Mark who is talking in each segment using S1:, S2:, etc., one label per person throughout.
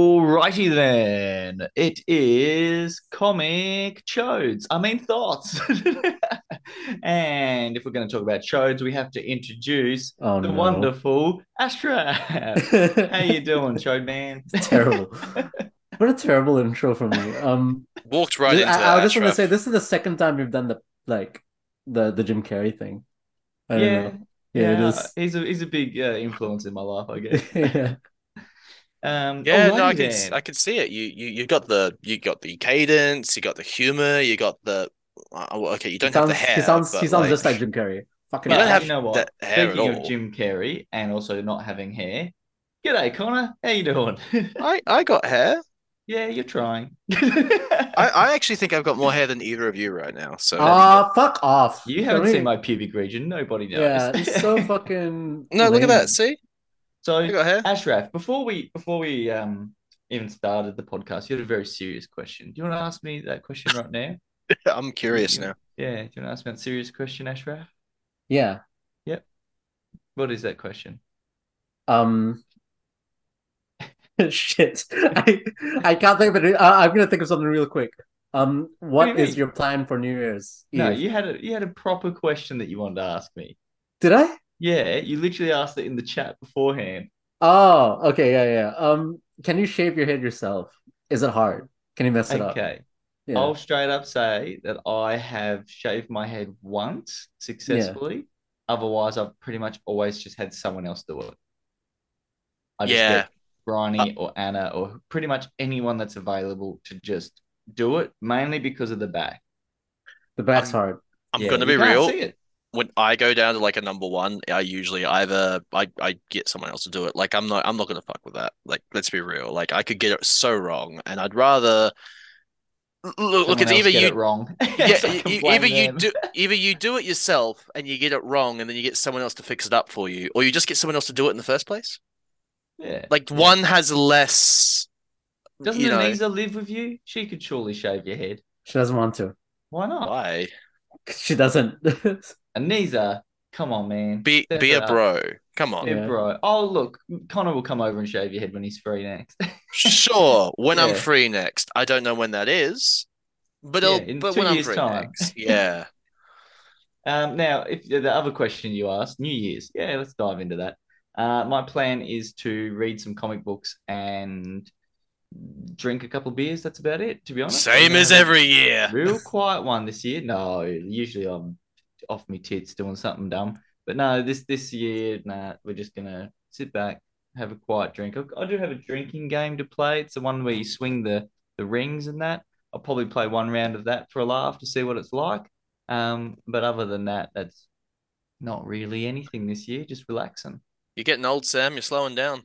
S1: Alrighty then, it is comic chodes. I mean thoughts. and if we're going to talk about chodes, we have to introduce
S2: Oh
S1: the
S2: no.
S1: wonderful Astra. How you doing, chode man?
S2: terrible. What a terrible intro from you. Um,
S3: Walked right
S2: I,
S3: into
S2: I,
S3: that.
S2: was just want to
S3: Ashraf.
S2: say this is the second time we've done the like the the Jim Carrey thing. I don't
S1: yeah,
S2: know. Yeah, it is.
S1: He's a he's a big uh, influence in my life, I guess.
S2: yeah.
S1: Um,
S3: Yeah, no,
S1: alrighty
S3: I can s-
S1: then.
S3: I can see it. You you you got the you got the cadence, you got the humor, you got the uh, well, okay, you don't
S2: he
S3: have
S2: sounds,
S3: the hair.
S2: he sounds, he
S3: but,
S2: sounds just like Jim Carrey. Fucking
S3: You
S1: But
S2: hell.
S3: don't have
S1: you know what?
S3: that hair at
S1: Speaking of
S3: all.
S1: Jim Carrey and also not having hair. G'day, Connor. How you doing?
S3: I I got hair.
S1: yeah, you're trying.
S3: I I actually think I've got more hair than either of you right now. So
S2: Ah, fuck off.
S1: You haven't
S2: Really?
S1: seen my pubic region. Nobody knows.
S2: Yeah, it's so fucking.
S3: no, look at
S2: lame.
S3: that. See, I
S1: so
S3: got hair.
S1: Ashraf, before we before we um even started the podcast, you had a very serious question. Do you want to ask me that question right now?
S3: I'm curious now.
S1: Yeah. Do you want to ask me that serious question, Ashraf?
S2: Yeah.
S1: What is that question?
S2: Um. shit. I I can't think of it. I, I'm gonna think of something real quick. Um,
S1: What
S2: what
S1: do you
S2: is
S1: mean?
S2: your plan for New Year's?
S1: No,
S2: Eve?
S1: you had a you had a proper question that you wanted to ask me.
S2: Did I?
S1: Yeah, you literally asked it in the chat beforehand.
S2: Oh, okay, yeah, yeah. Um, can you shave your head yourself? Is it hard? Can you mess it up?
S1: Okay.
S2: Yeah.
S1: I'll straight up say that I have shaved my head once successfully. Otherwise, I've pretty much always just had someone else do it. I just
S3: Yeah. Uh,
S1: get Bryony or Anna or pretty much anyone that's available to just do it, mainly because of the back.
S2: The back's
S3: Um,
S2: hard.
S3: I'm
S1: Yeah,
S3: gonna
S1: you
S3: be
S1: can't
S3: real.
S1: see it.
S3: When I go down to like a number one, I usually either I I get someone else to do it. Like I'm not I'm not gonna fuck with that. Like let's be real. Like I could get it so wrong, and I'd rather look. look
S1: Someone
S3: it's
S1: else
S3: either
S1: get
S3: you
S1: it wrong.
S3: Yeah,
S1: So I
S3: you-
S1: can
S3: you-
S1: blame
S3: either you
S1: them.
S3: do either you do it yourself and you get it wrong, and then you get someone else to fix it up for you, or you just get someone else to do it in the first place.
S1: Yeah.
S3: Like one has less,
S1: Doesn't
S3: you know,
S1: Anisa live with you? She could surely shave your head.
S2: She doesn't want to.
S1: Why not?
S3: why
S2: She doesn't.
S1: Anisa, come on, man.
S3: be
S1: Step
S3: be
S1: it
S3: a
S1: up.
S3: bro. Come on,
S1: Yeah,
S2: Yeah.
S1: bro. Oh, look, Connor will come over and shave your head when he's free next.
S3: sure. When I'm
S1: Yeah.
S3: free next, I don't know when that is, but
S1: Yeah,
S3: it'll,
S1: in
S3: but
S1: two
S3: when I'm
S1: years'
S3: free
S1: time.
S3: next, yeah.
S1: um, now, if the other question you asked, New Year's, yeah, let's dive into that. Uh, my plan is to read some comic books and drink a couple beers. That's about it, to be honest.
S3: Same
S1: I'm
S3: as
S1: having
S3: every
S1: a
S3: year.
S1: Real quiet one this year. No, usually I'm off my tits doing something dumb, but no, this this year, nah, we're just gonna sit back, have a quiet drink. I, I do have a drinking game to play. It's the one where you swing the the rings and that. I'll probably play one round of that for a laugh to see what it's like. Um, but other than that, that's not really anything this year. Just relaxing.
S3: You're getting old, Sam. You're slowing down.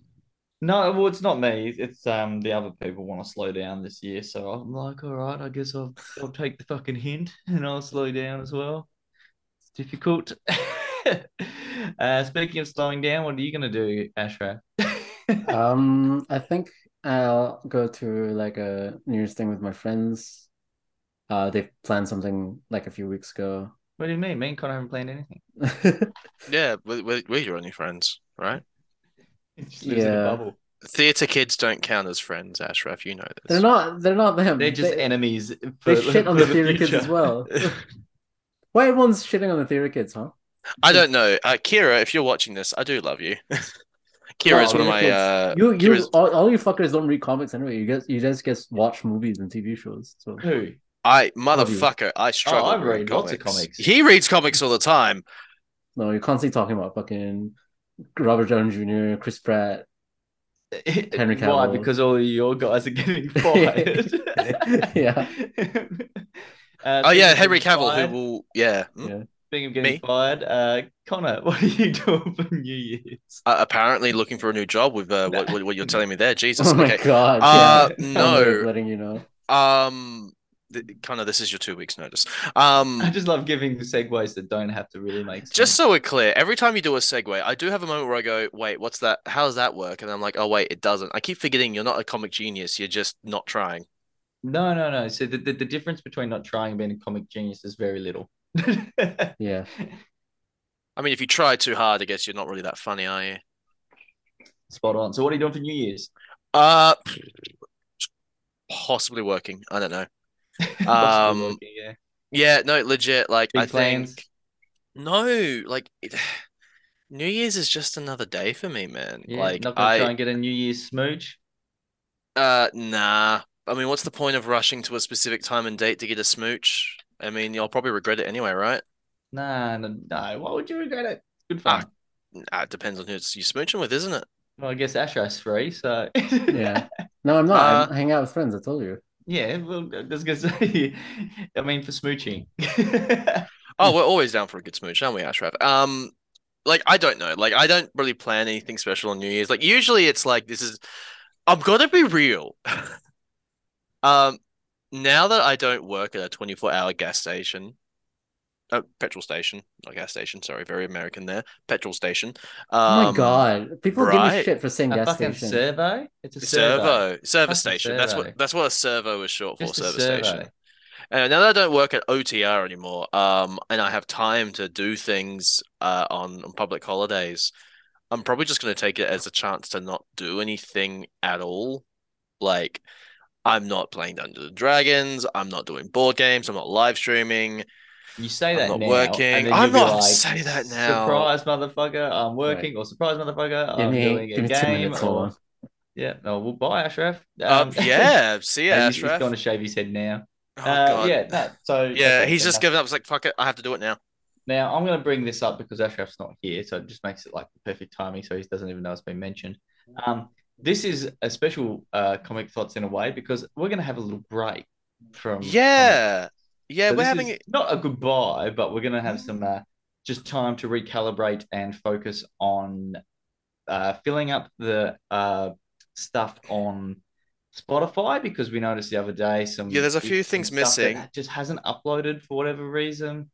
S1: No, well, it's not me. It's um the other people want to slow down this year, so I'm like, all right, I guess I'll I'll take the fucking hint and I'll slow down as well. It's difficult. uh, speaking of slowing down, what are you gonna do, Ashra?
S2: Um, I think I'll go to like a New Year's thing with my friends. Uh, they planned something like a few weeks ago.
S1: What do you mean? Me and Connor haven't planned anything.
S3: Yeah, we we we're your only friends, right?
S1: It just lives in a
S2: Yeah.
S1: bubble.
S3: Theater kids don't count as friends, Ashraf. You know
S2: They're
S3: this.
S2: not. They're not them.
S1: They're just
S2: They-
S1: enemies.
S2: they
S1: for-
S2: shit on
S1: for
S2: the theater kids as
S1: future.
S2: well. Why everyone's shitting on the theater kids, huh?
S3: I don't know. Uh, Kira, if you're watching this, I do love you. Kira is
S2: No,
S1: Oh,
S3: one of
S2: you're
S3: my
S2: kids.
S3: uh,
S2: You, you,
S3: Kira's-
S2: all, all you fuckers don't read comics anyway. You guys, you guys just watch movies and TV shows. So
S1: Who?
S3: I
S2: Love you.
S3: motherfucker, I struggle.
S1: Oh, I
S3: with
S1: read lots of comics.
S3: He reads comics all the time.
S2: no, you're constantly talking about fucking Robert Downey Jr., Chris Pratt. Henry
S1: Why?
S2: Cavill.
S1: Because all your guys are getting fired.
S2: Yeah.
S1: Uh,
S3: Oh yeah,
S1: speaking of
S3: Henry
S1: getting
S3: Cavill,
S1: fired-
S3: who will yeah. Hmm?
S2: Yeah.
S1: Speaking of getting
S3: Me?
S1: fired, uh, Connor, what are you doing for New Year's?
S3: Uh, apparently looking for a new job with uh, what, what what you're telling me there. Jesus.
S2: oh my
S3: okay.
S2: god!
S3: Uh,
S2: yeah.
S3: no.
S2: I'm just letting you know.
S3: Um, th- kind of. This is your two weeks notice. Um,
S1: I just love giving segues that don't have to really make sense.
S3: just so we're clear, every time you do a segue, I do have a moment where I go, "Wait, what's that? How does that work?" And I'm like, "Oh wait, it doesn't." I keep forgetting you're not a comic genius. You're just not trying.
S1: no, no, no. So the, the, the difference between not trying and being a comic genius is very little.
S2: Yeah.
S3: I mean, if you try too hard, I guess you're not really that funny, are you?
S1: Spot on. So what are you doing for New Year's?
S3: Uh, possibly working. I don't know.
S1: Possibly
S3: Um,
S1: working, yeah.
S3: Yeah, no, legit. Like
S1: Big
S3: I
S1: plans.
S3: think no, like it, New Year's is just another day for me, man.
S1: Yeah,
S3: like
S1: not gonna
S3: I
S1: try and get a New Year's smooch.
S3: uh nah. I mean, what's the point of rushing to a specific time and date to get a smooch? I mean, you'll probably regret it anyway, right?
S1: Nah, no, no. Why would you regret it? Good
S3: Ah.
S1: fun.
S3: Nah, it depends on who it's, you're smooching with, isn't it?
S1: Well, I guess Ashraf's free, so
S2: Yeah. No, I'm not.
S3: Uh,
S2: I'm hanging out with friends. I told you.
S1: yeah. Well, I was gonna say. I mean, for smooching.
S3: Oh, we're always down for a good smooch, aren't we, Ashraf? Um, like I don't know. Like I don't really plan anything special on New Year's. Like usually it's like this is I'm gonna be real. Um, now that I don't work at a 24 hour gas station, uh, petrol station, not gas station, sorry, very American there, petrol station.
S2: Oh my
S3: um,
S2: god. People give me
S3: right.
S2: shit for saying
S1: a
S2: gas
S1: fucking
S2: station.
S1: servo. It's a servo.
S3: Servo, server
S1: Fucking
S3: station. That's
S1: servo.
S3: what that's what a servo is short for,
S1: Just a
S3: server
S1: servo.
S3: station. And now that I don't work at OTR anymore, um, and I have time to do things uh on, on public holidays, I'm probably just gonna take it as a chance to not do anything at all. Like I'm not playing Dungeons and Dragons, I'm not doing board games, I'm not live streaming,
S1: You say
S3: I'm
S1: that
S3: not
S1: now,
S3: working.
S1: and then
S3: I'm
S1: you'll be
S3: not-
S1: like,
S3: say that now.
S1: Surprise, motherfucker! I'm working, or surprise, motherfucker!
S2: Give
S1: I'm
S2: me,
S1: doing a
S2: give me two
S1: game.
S2: minutes.
S1: or-
S2: Hold on.
S1: yeah, no, we'll buy Ashraf.
S3: Um,
S1: Um,
S3: yeah, see ya,
S1: and he's, he's
S3: Ashraf.
S1: going to shave his head now.
S3: Oh,
S1: uh,
S3: God.
S1: Yeah, no, so
S3: Yeah,
S1: okay,
S3: he's
S1: fair
S3: just
S1: enough.
S3: giving up. It's like, fuck it, I have to do it now.
S1: Now, I'm going to bring this up because Ashraf's not here, so it just makes it like the perfect timing, so he doesn't even know it's been mentioned. Um, this is a special uh, comic thoughts in a way because we're going to have a little break from.
S3: Yeah. Yeah,
S1: Um, So
S3: we're
S1: this
S3: having
S1: is
S3: it.
S1: not a goodbye, but we're going to have some uh, just time to recalibrate and focus on uh, filling up the uh, stuff on Spotify because we noticed the other day some
S3: Yeah, there's a few
S1: some
S3: things
S1: stuff that
S3: missing.
S1: just hasn't uploaded for whatever reason.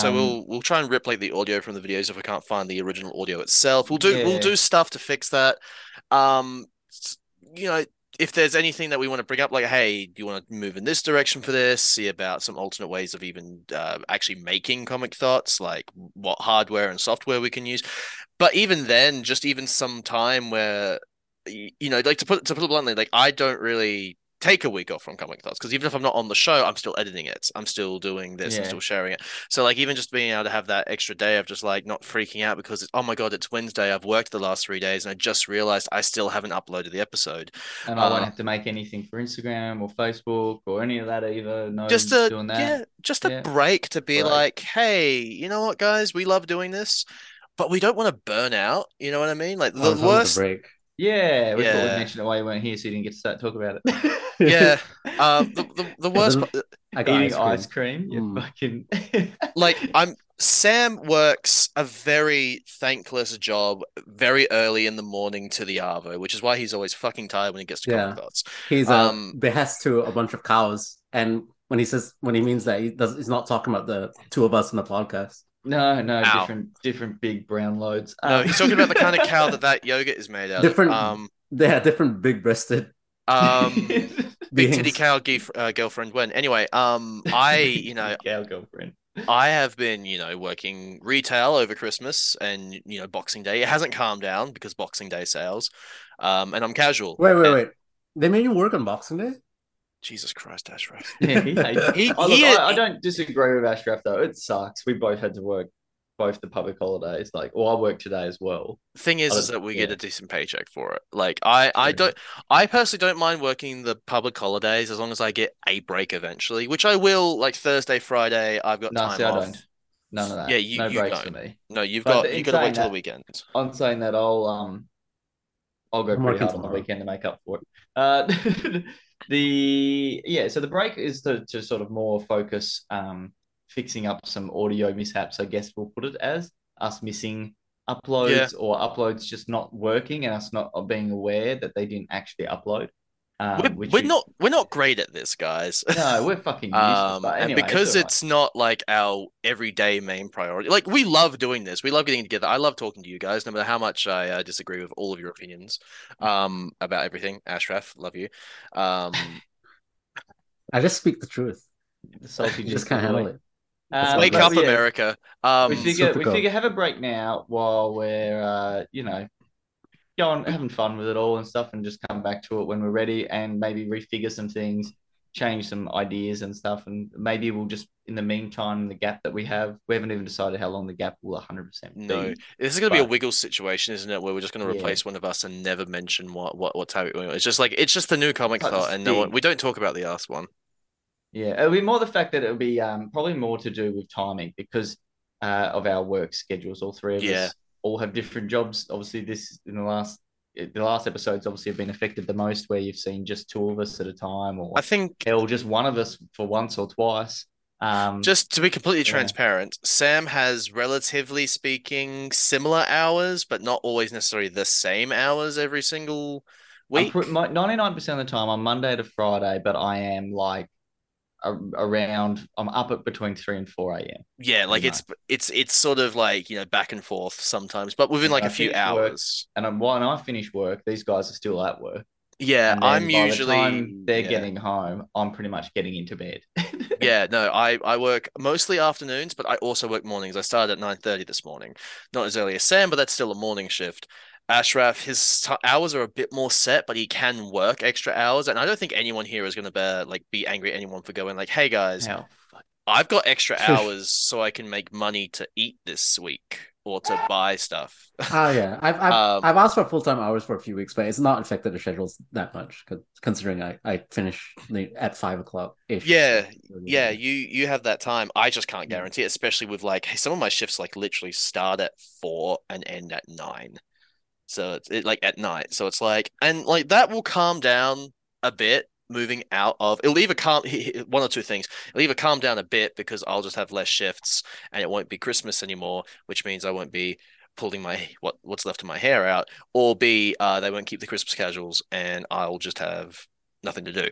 S3: So
S1: Um,
S3: we'll we'll try and replicate the audio from the videos if we can't find the original audio itself. We'll do
S1: Yeah.
S3: we'll do stuff to fix that. Um, s- you know, if there's anything that we want to bring up, like, hey, do you want to move in this direction for this? See about some alternate ways of even uh, actually making comic thoughts, like what hardware and software we can use. But even then, just even some time where, y- you know, like to put to put it bluntly, like I don't really. Take a week off from comic thoughts because even if I'm not on the show, I'm still editing it. I'm still doing this. I'm
S1: Yeah.
S3: still sharing it. So like even just being able to have that extra day of just like not freaking out because it's, oh my god it's Wednesday I've worked the last three days and I just realized I still haven't uploaded the episode.
S1: and I won't
S3: uh,
S1: have to make anything for Instagram or Facebook or any of that either. No,
S3: Just a
S1: Oh, doing that.
S3: yeah, just a
S1: Yeah.
S3: break to be
S1: Break.
S3: like, hey, you know what guys, we love doing this, but we don't want to burn out. You know what I mean? Like
S1: Oh,
S2: I
S3: the
S2: was on
S3: worst.
S2: break.
S1: Yeah, we thought
S3: Yeah.
S1: we'd mention it while you weren't here, so you didn't get to start talking about it.
S3: Yeah. Um, the, the, the worst.
S2: doesn't-
S3: pa-
S2: I got
S1: Eating
S2: ice
S1: ice cream, you
S2: Mm.
S1: fucking.
S3: like I'm Sam works a very thankless job very early in the morning to the Arvo, which is why he's always fucking tired when he gets to
S2: Yeah.
S3: comic thoughts.
S2: cream. He's um,
S3: Um,
S2: behest to a bunch of cows, and when he says when he means that, he does. He's not talking about the two of us in the podcast.
S1: No, no,
S3: Ow.
S1: different, different big brown loads.
S3: No,
S1: Um,
S3: he's talking about the kind of cow that that yogurt is made out
S2: Different-
S3: of. Um,
S2: They are different, big-breasted
S3: um, big
S2: beings.
S3: titty cow gif- uh, girlfriend. When anyway, um, I you know
S1: cow girlfriend.
S3: I have been you know working retail over Christmas and you know Boxing Day. It hasn't calmed down because Boxing Day sales. Um, and I'm casual.
S2: Wait, wait,
S3: And-
S2: wait. They made you work on Boxing Day.
S3: Jesus Christ, Ashraf.
S1: Yeah, he hates it.
S3: He-
S1: Oh, look,
S3: he-
S1: I, I don't disagree with Ashraf though. It sucks. We both had to work both the public holidays. Like, well, I work today as well.
S3: Thing is,
S1: I
S3: is
S1: don't-
S3: that we get
S1: yeah.
S3: a decent paycheck for it. Like I, I
S1: True.
S3: don't, I personally don't mind working the public holidays as long as I get a break eventually, which I will. Like Thursday, Friday, I've got
S1: No,
S3: time
S1: see, I
S3: off.
S1: don't. None of that.
S3: Yeah, you-
S1: no
S3: you
S1: breaks
S3: don't.
S1: for me.
S3: No, you've
S1: But
S3: got
S1: in
S3: you got to
S1: saying
S3: wait till the
S1: that-
S3: weekend.
S1: I'm saying that I'll um I'll go
S2: I'm
S1: pretty
S2: working
S1: hard on the
S2: tomorrow.
S1: weekend to make up for it. Uh, the yeah, so the break is to, to sort of more focus um fixing up some audio mishaps, I guess we'll put it as us missing uploads
S3: Yeah.
S1: or uploads just not working and us not uh, being aware that they didn't actually upload. Um,
S3: We're,
S1: which
S3: we're
S1: is-
S3: not we're not great at this, guys.
S1: no, we're fucking useless.
S3: Um,
S1: but anyway,
S3: and because
S1: alright.
S3: it's not like our everyday main priority, like we love doing this, we love getting together. I love talking to you guys, no matter how much I uh, disagree with all of your opinions
S1: Mm.
S3: um, about everything. Ashraf, love you. Um,
S2: I just speak the truth.
S1: the salty
S2: You just can't handle it.
S1: Um,
S3: wake
S1: but
S3: up,
S1: yeah.
S3: America. Um,
S1: we figure we
S2: Supergirl.
S1: figure have a break now while we're uh, you know go on having fun with it all and stuff, and just come back to it when we're ready, and maybe refigure some things, change some ideas and stuff, and maybe we'll just in the meantime the gap that we have, we haven't even decided how long the gap will 100 percent be.
S3: No, this is going to be a
S1: but-
S3: wiggle situation, isn't it? Where we're just going to
S1: Yeah.
S3: replace one of us and never mention what what what type. It's just like it's just the new comic
S1: Like the
S3: thought, and no one
S1: sting.
S3: we don't talk about the ass one.
S1: Yeah, it'll be more the fact that it'll be um, probably more to do with timing because uh, of our work schedules. All three of
S3: Yeah.
S1: us all have different jobs. Obviously, this in the last the last episodes obviously have been affected the most, where you've seen just two of us at a time, or
S3: I think
S1: hell, just one of us for once or twice. Um,
S3: Just to be completely
S1: Yeah.
S3: transparent, Sam has relatively speaking similar hours, but not always necessarily the same hours every single week.
S1: ninety nine percent of the time, I'm Monday to Friday, but I am like a, around. I'm up at between three and four a.m.
S3: yeah, like
S1: No.
S3: it's it's it's sort of like, you know, back and forth sometimes, but within
S1: Yeah,
S3: like
S1: I
S3: a few
S1: think it works.
S3: hours.
S1: And I'm, when I finish work, these guys are still at work.
S3: Yeah,
S1: And then
S3: I'm
S1: by the
S3: usually
S1: time they're
S3: yeah.
S1: getting home, I'm pretty much getting into bed.
S3: Yeah, no, I I work mostly afternoons, but I also work mornings. I started at 9:30 this morning. Not as early as Sam, but that's still a morning shift. Ashraf, his t- hours are a bit more set, but he can work extra hours, and I don't think anyone here is going to bear like be angry at anyone for going like, "Hey guys,
S1: Hell.
S3: I've got extra hours so I can make money to eat this week or to buy stuff."
S2: Oh yeah, I've I've,
S3: Um,
S2: I've asked for full time hours for a few weeks, but it's not affected the schedules that much, con- considering I I finish late at five o'clock ish.
S3: Yeah, Yeah, you you have that time. I just can't guarantee it, especially with like some of my shifts like literally start at four and end at nine. So it's it, like at night. So it's like and like that will calm down a bit moving out of it'll either calm one or two things. It'll either calm down a bit because I'll just have less shifts and it won't be Christmas anymore, which means I won't be pulling my what what's left of my hair out, or B, uh, they won't keep the Christmas casuals and I'll just have nothing to do.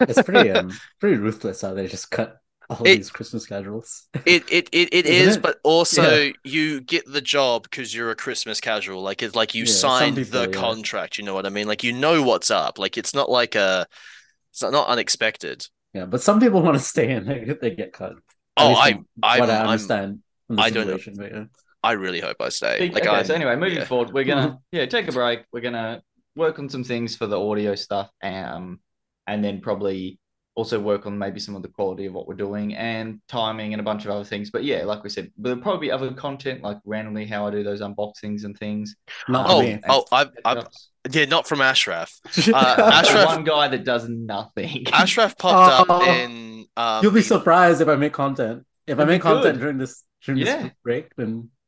S2: it's pretty um pretty ruthless how they just cut all
S3: It-
S2: these Christmas schedules.
S3: It it it, it
S2: Isn't
S3: is,
S2: it?
S3: but also you get the job because you're a Christmas casual. Like it's like you
S2: Yeah, some
S3: signed
S2: people,
S3: the
S2: yeah.
S3: contract. You know what I mean? Like you know what's up. Like it's not like a it's not, not unexpected.
S2: Yeah, but some people want to stay in; they, they get cut. At
S3: Oh,
S2: least
S3: I
S2: from
S3: I
S2: what I
S3: I'm,
S2: understand from the
S3: I don't know.
S2: situation, but yeah.
S3: I really hope I stay.
S1: Speak-
S3: Like
S1: okay,
S3: I'm,
S1: so anyway, moving
S3: yeah.
S1: forward, we're gonna yeah take a break. We're gonna work on some things for the audio stuff, um, and then probably also work on maybe some of the quality of what we're doing and timing and a bunch of other things. But yeah, like we said, there'll probably be other content like randomly how I do those unboxings and things.
S2: Not for
S3: Oh,
S2: me.
S3: oh, I, I,
S1: Setups.
S3: yeah, not from Ashraf. uh,
S1: The
S3: Ashraf-
S1: one guy that does nothing.
S3: Ashraf popped up
S2: Oh.
S3: in. Um,
S2: You'll be
S3: the-
S2: surprised if I make content. If I
S1: That'd be
S2: make content
S1: good.
S2: during this during
S1: Yeah.
S2: this break, then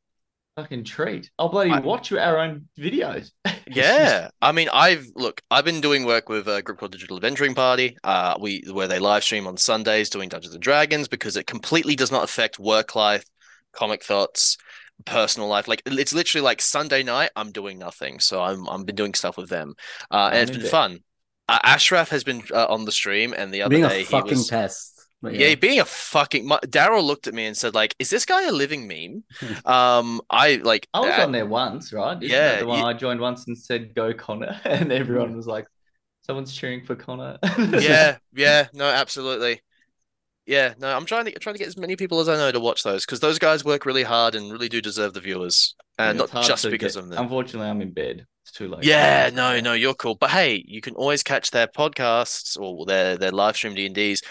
S1: Fucking treat. I'll bloody
S3: I-
S1: watch our own videos.
S3: Yeah, I mean, I've look, I've been doing work with a group called Digital Adventuring Party. Uh, we where they live stream on Sundays doing Dungeons and Dragons because it completely does not affect work life, comic thoughts, personal life. Like it's literally like Sunday night, I'm doing nothing, so I'm I'm been doing stuff with them, uh,
S1: I'm
S3: and it's been
S1: into it.
S3: fun. Uh, Ashraf has been uh, on the stream, and the other
S2: being
S3: day
S2: a
S3: he
S2: fucking
S3: was.
S2: pest. But
S3: Yeah, being a fucking my, Daryl looked at me and said, "Like, is this guy a living meme?" um, I like
S1: I was
S3: uh,
S1: on there once, right? Isn't
S3: yeah,
S1: that the one
S3: you-
S1: I joined once and said "Go Connor," and everyone was like, "Someone's cheering for Connor."
S3: yeah, yeah, no, absolutely. Yeah, no, I'm trying to trying to get as many people as I know to watch those because those guys work really hard and really do deserve the viewers, and
S1: It's
S3: uh, not
S1: hard
S3: just
S1: to
S3: because
S1: get-
S3: of them.
S1: Unfortunately, I'm in bed. It's too late.
S3: Yeah, no, no, you're cool. But hey, you can always catch their podcasts or their their live stream D and Ds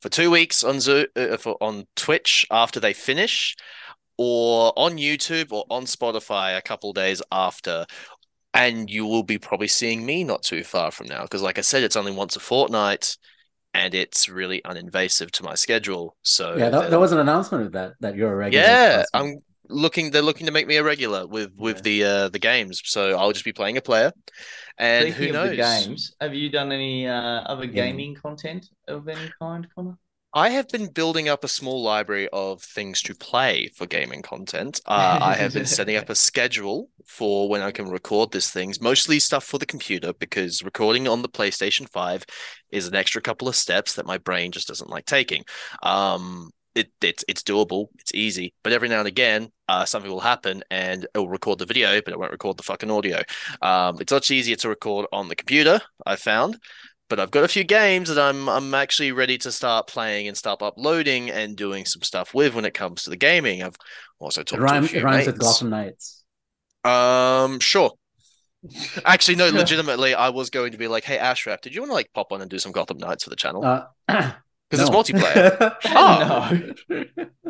S3: for two weeks on Zoo uh, for on Twitch after they finish, or on YouTube or on Spotify a couple days after. And you will be probably seeing me not too far from now because, like I said, it's only once a fortnight, and it's really uninvasive to my schedule. So
S2: yeah, that,
S3: they'll-
S2: there was an announcement of that that you're a regular.
S3: yeah,
S2: person.
S3: I'm looking. They're looking to make me a regular with with
S2: Yeah.
S3: the uh, the games. So I'll just be playing a player, and
S1: Speaking
S3: who
S1: of the
S3: knows?
S1: games, have you done any uh, other gaming content of any kind, Connor?
S3: I have been building up a small library of things to play for gaming content. Uh, I have been setting up a schedule for when I can record these things, mostly stuff for the computer, because recording on the PlayStation 5 is an extra couple of steps that my brain just doesn't like taking. Um, it, it's it's doable, it's easy, but every now and again, uh, something will happen and it will record the video, but it won't record the fucking audio. Um, it's much easier to record on the computer, I found but I've got a few games that I'm I'm actually ready to start playing and start uploading and doing some stuff with when it comes to the gaming. I've also
S2: It
S3: talked to a
S2: rhymes.
S3: few
S2: It rhymes with
S3: mates.
S2: Gotham Knights.
S3: Um, sure. Actually, no, legitimately, I was going to be like, hey, Ashraf, did you want to like pop on and do some Gotham Knights for the channel?
S2: Uh,
S3: Because
S2: no.
S3: it's multiplayer. Oh.
S1: No.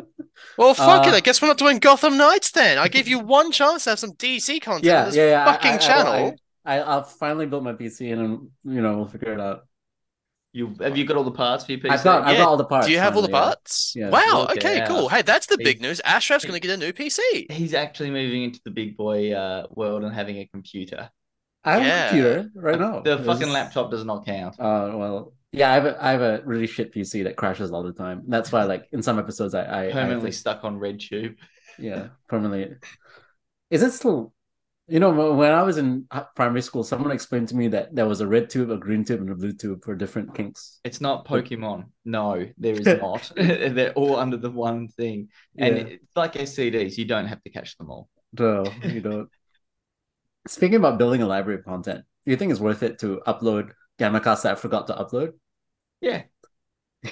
S3: Well, fuck it.
S2: Uh,
S3: I guess we're not doing Gotham Knights then. I gave you one chance to have some DC content
S2: yeah,
S3: on this
S2: yeah, yeah. I-
S3: fucking
S2: I- I-
S3: channel.
S2: I, I, I'll finally built my PC and um, you know we'll figure it out.
S1: You have you got all the parts for your PC?
S2: I've got, I've
S3: Yeah.
S2: got all the parts.
S3: Do you have all the
S2: finally, yeah.
S3: parts?
S2: Yeah.
S3: Wow.
S1: Look
S3: Okay.
S1: out.
S3: Cool. Hey, that's the big
S1: He's-
S3: news. Ashraf's going to get a new PC.
S1: He's actually moving into the big boy uh, world and having a computer.
S2: I have
S3: Yeah.
S2: a computer right now.
S1: The
S2: There's
S1: fucking
S2: Oh, this-
S1: laptop does not count.
S2: Uh, well, yeah, I have, a, I have a really shit PC that crashes all the time. That's why, like, in some episodes, I, I, I have
S1: Permanently
S2: to-
S1: stuck on RedTube.
S2: yeah, permanently. Is it still? You know, when- when I was in hi- primary school, someone explained to me that there was a red tube, a green tube, and a blue tube for different kinks.
S1: It's not Pokemon. No, there is not. They're all under the one thing. And
S2: yeah,
S1: it's like SCDs, you don't have to catch them all.
S2: no, you don't. Speaking about building a library of content, do you think it's worth it to upload Gamacast that I forgot to upload?
S1: Yeah,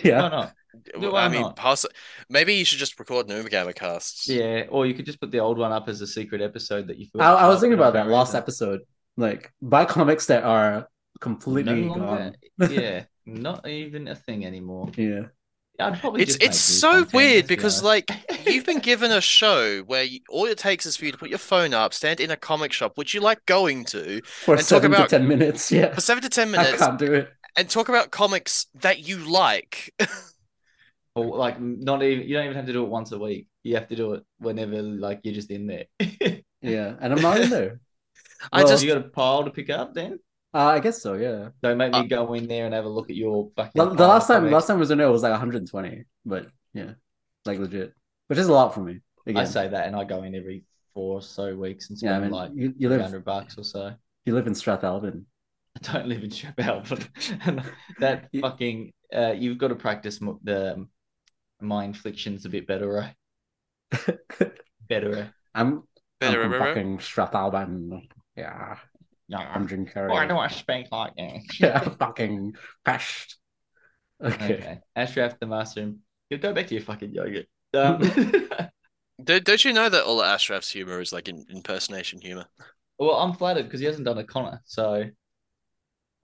S2: Yeah.
S1: why not?
S3: Well,
S1: why
S3: I mean,
S1: not?
S3: pass it. Maybe you should just record new Gammacasts.
S1: Yeah, or you could just put the old one up as a secret episode that you.
S2: I,
S1: forgot
S2: I
S1: to
S2: was thinking
S1: upload
S2: about that
S1: for
S2: last
S1: reason.
S2: episode. Like buy comics that are completely
S1: No
S2: gone.
S1: longer- yeah, not even a thing anymore.
S2: Yeah.
S1: I'd probably
S3: It's
S1: just make
S3: it's
S1: new
S3: so
S1: content,
S3: weird
S1: let's be
S3: because
S1: honest.
S3: like you've been given a show where you, all it takes is for you to put your phone up, stand in a comic shop, which you like going to,
S2: For
S3: And talk
S2: seven
S3: about-
S2: to ten minutes. Yeah.
S3: for seven to ten
S2: I
S3: minutes,
S2: can't do it.
S3: and talk about comics that you like.
S1: Or like not even you don't even have to do it once a week. You have to do it whenever like you're just in there.
S2: Yeah. And I'm not in there.
S3: I
S2: Well,
S1: So
S3: just
S1: you got a pile to pick up then?
S2: Uh, I guess so, yeah.
S1: Don't make me
S3: Uh,
S1: go in there and have a look at your fucking.
S2: The, the
S1: pile
S2: last
S1: of
S2: time last
S1: comics.
S2: time I was in there was like 120, but yeah. Like legit. Which is a lot for me.
S1: I
S2: Again.
S1: say that and I go in every four or so weeks and spend
S2: yeah, I mean
S1: like
S2: you, you
S1: three
S2: live
S1: hundred bucks or so.
S2: you live in Strathalbyn.
S1: I don't live in Sheffield. and that
S2: Yeah.
S1: fucking uh, you've got to practice mo- the um, my inflictions a bit better, right? better. eh?
S2: I'm I'm
S3: better
S2: from
S3: remember.
S2: fucking Strathalbyn. Yeah.
S1: No,
S2: I'm Jim
S3: Oh,
S2: Carrey.
S1: why do I spank like that?
S2: yeah, fucking pest. Okay.
S1: Okay. Ashraf the mushroom. You go back to your fucking yogurt. Um,
S3: Do, don't you know that all of Ashraf's humor is like in, impersonation humor?
S1: well, I'm flattered because he hasn't done a Connor, so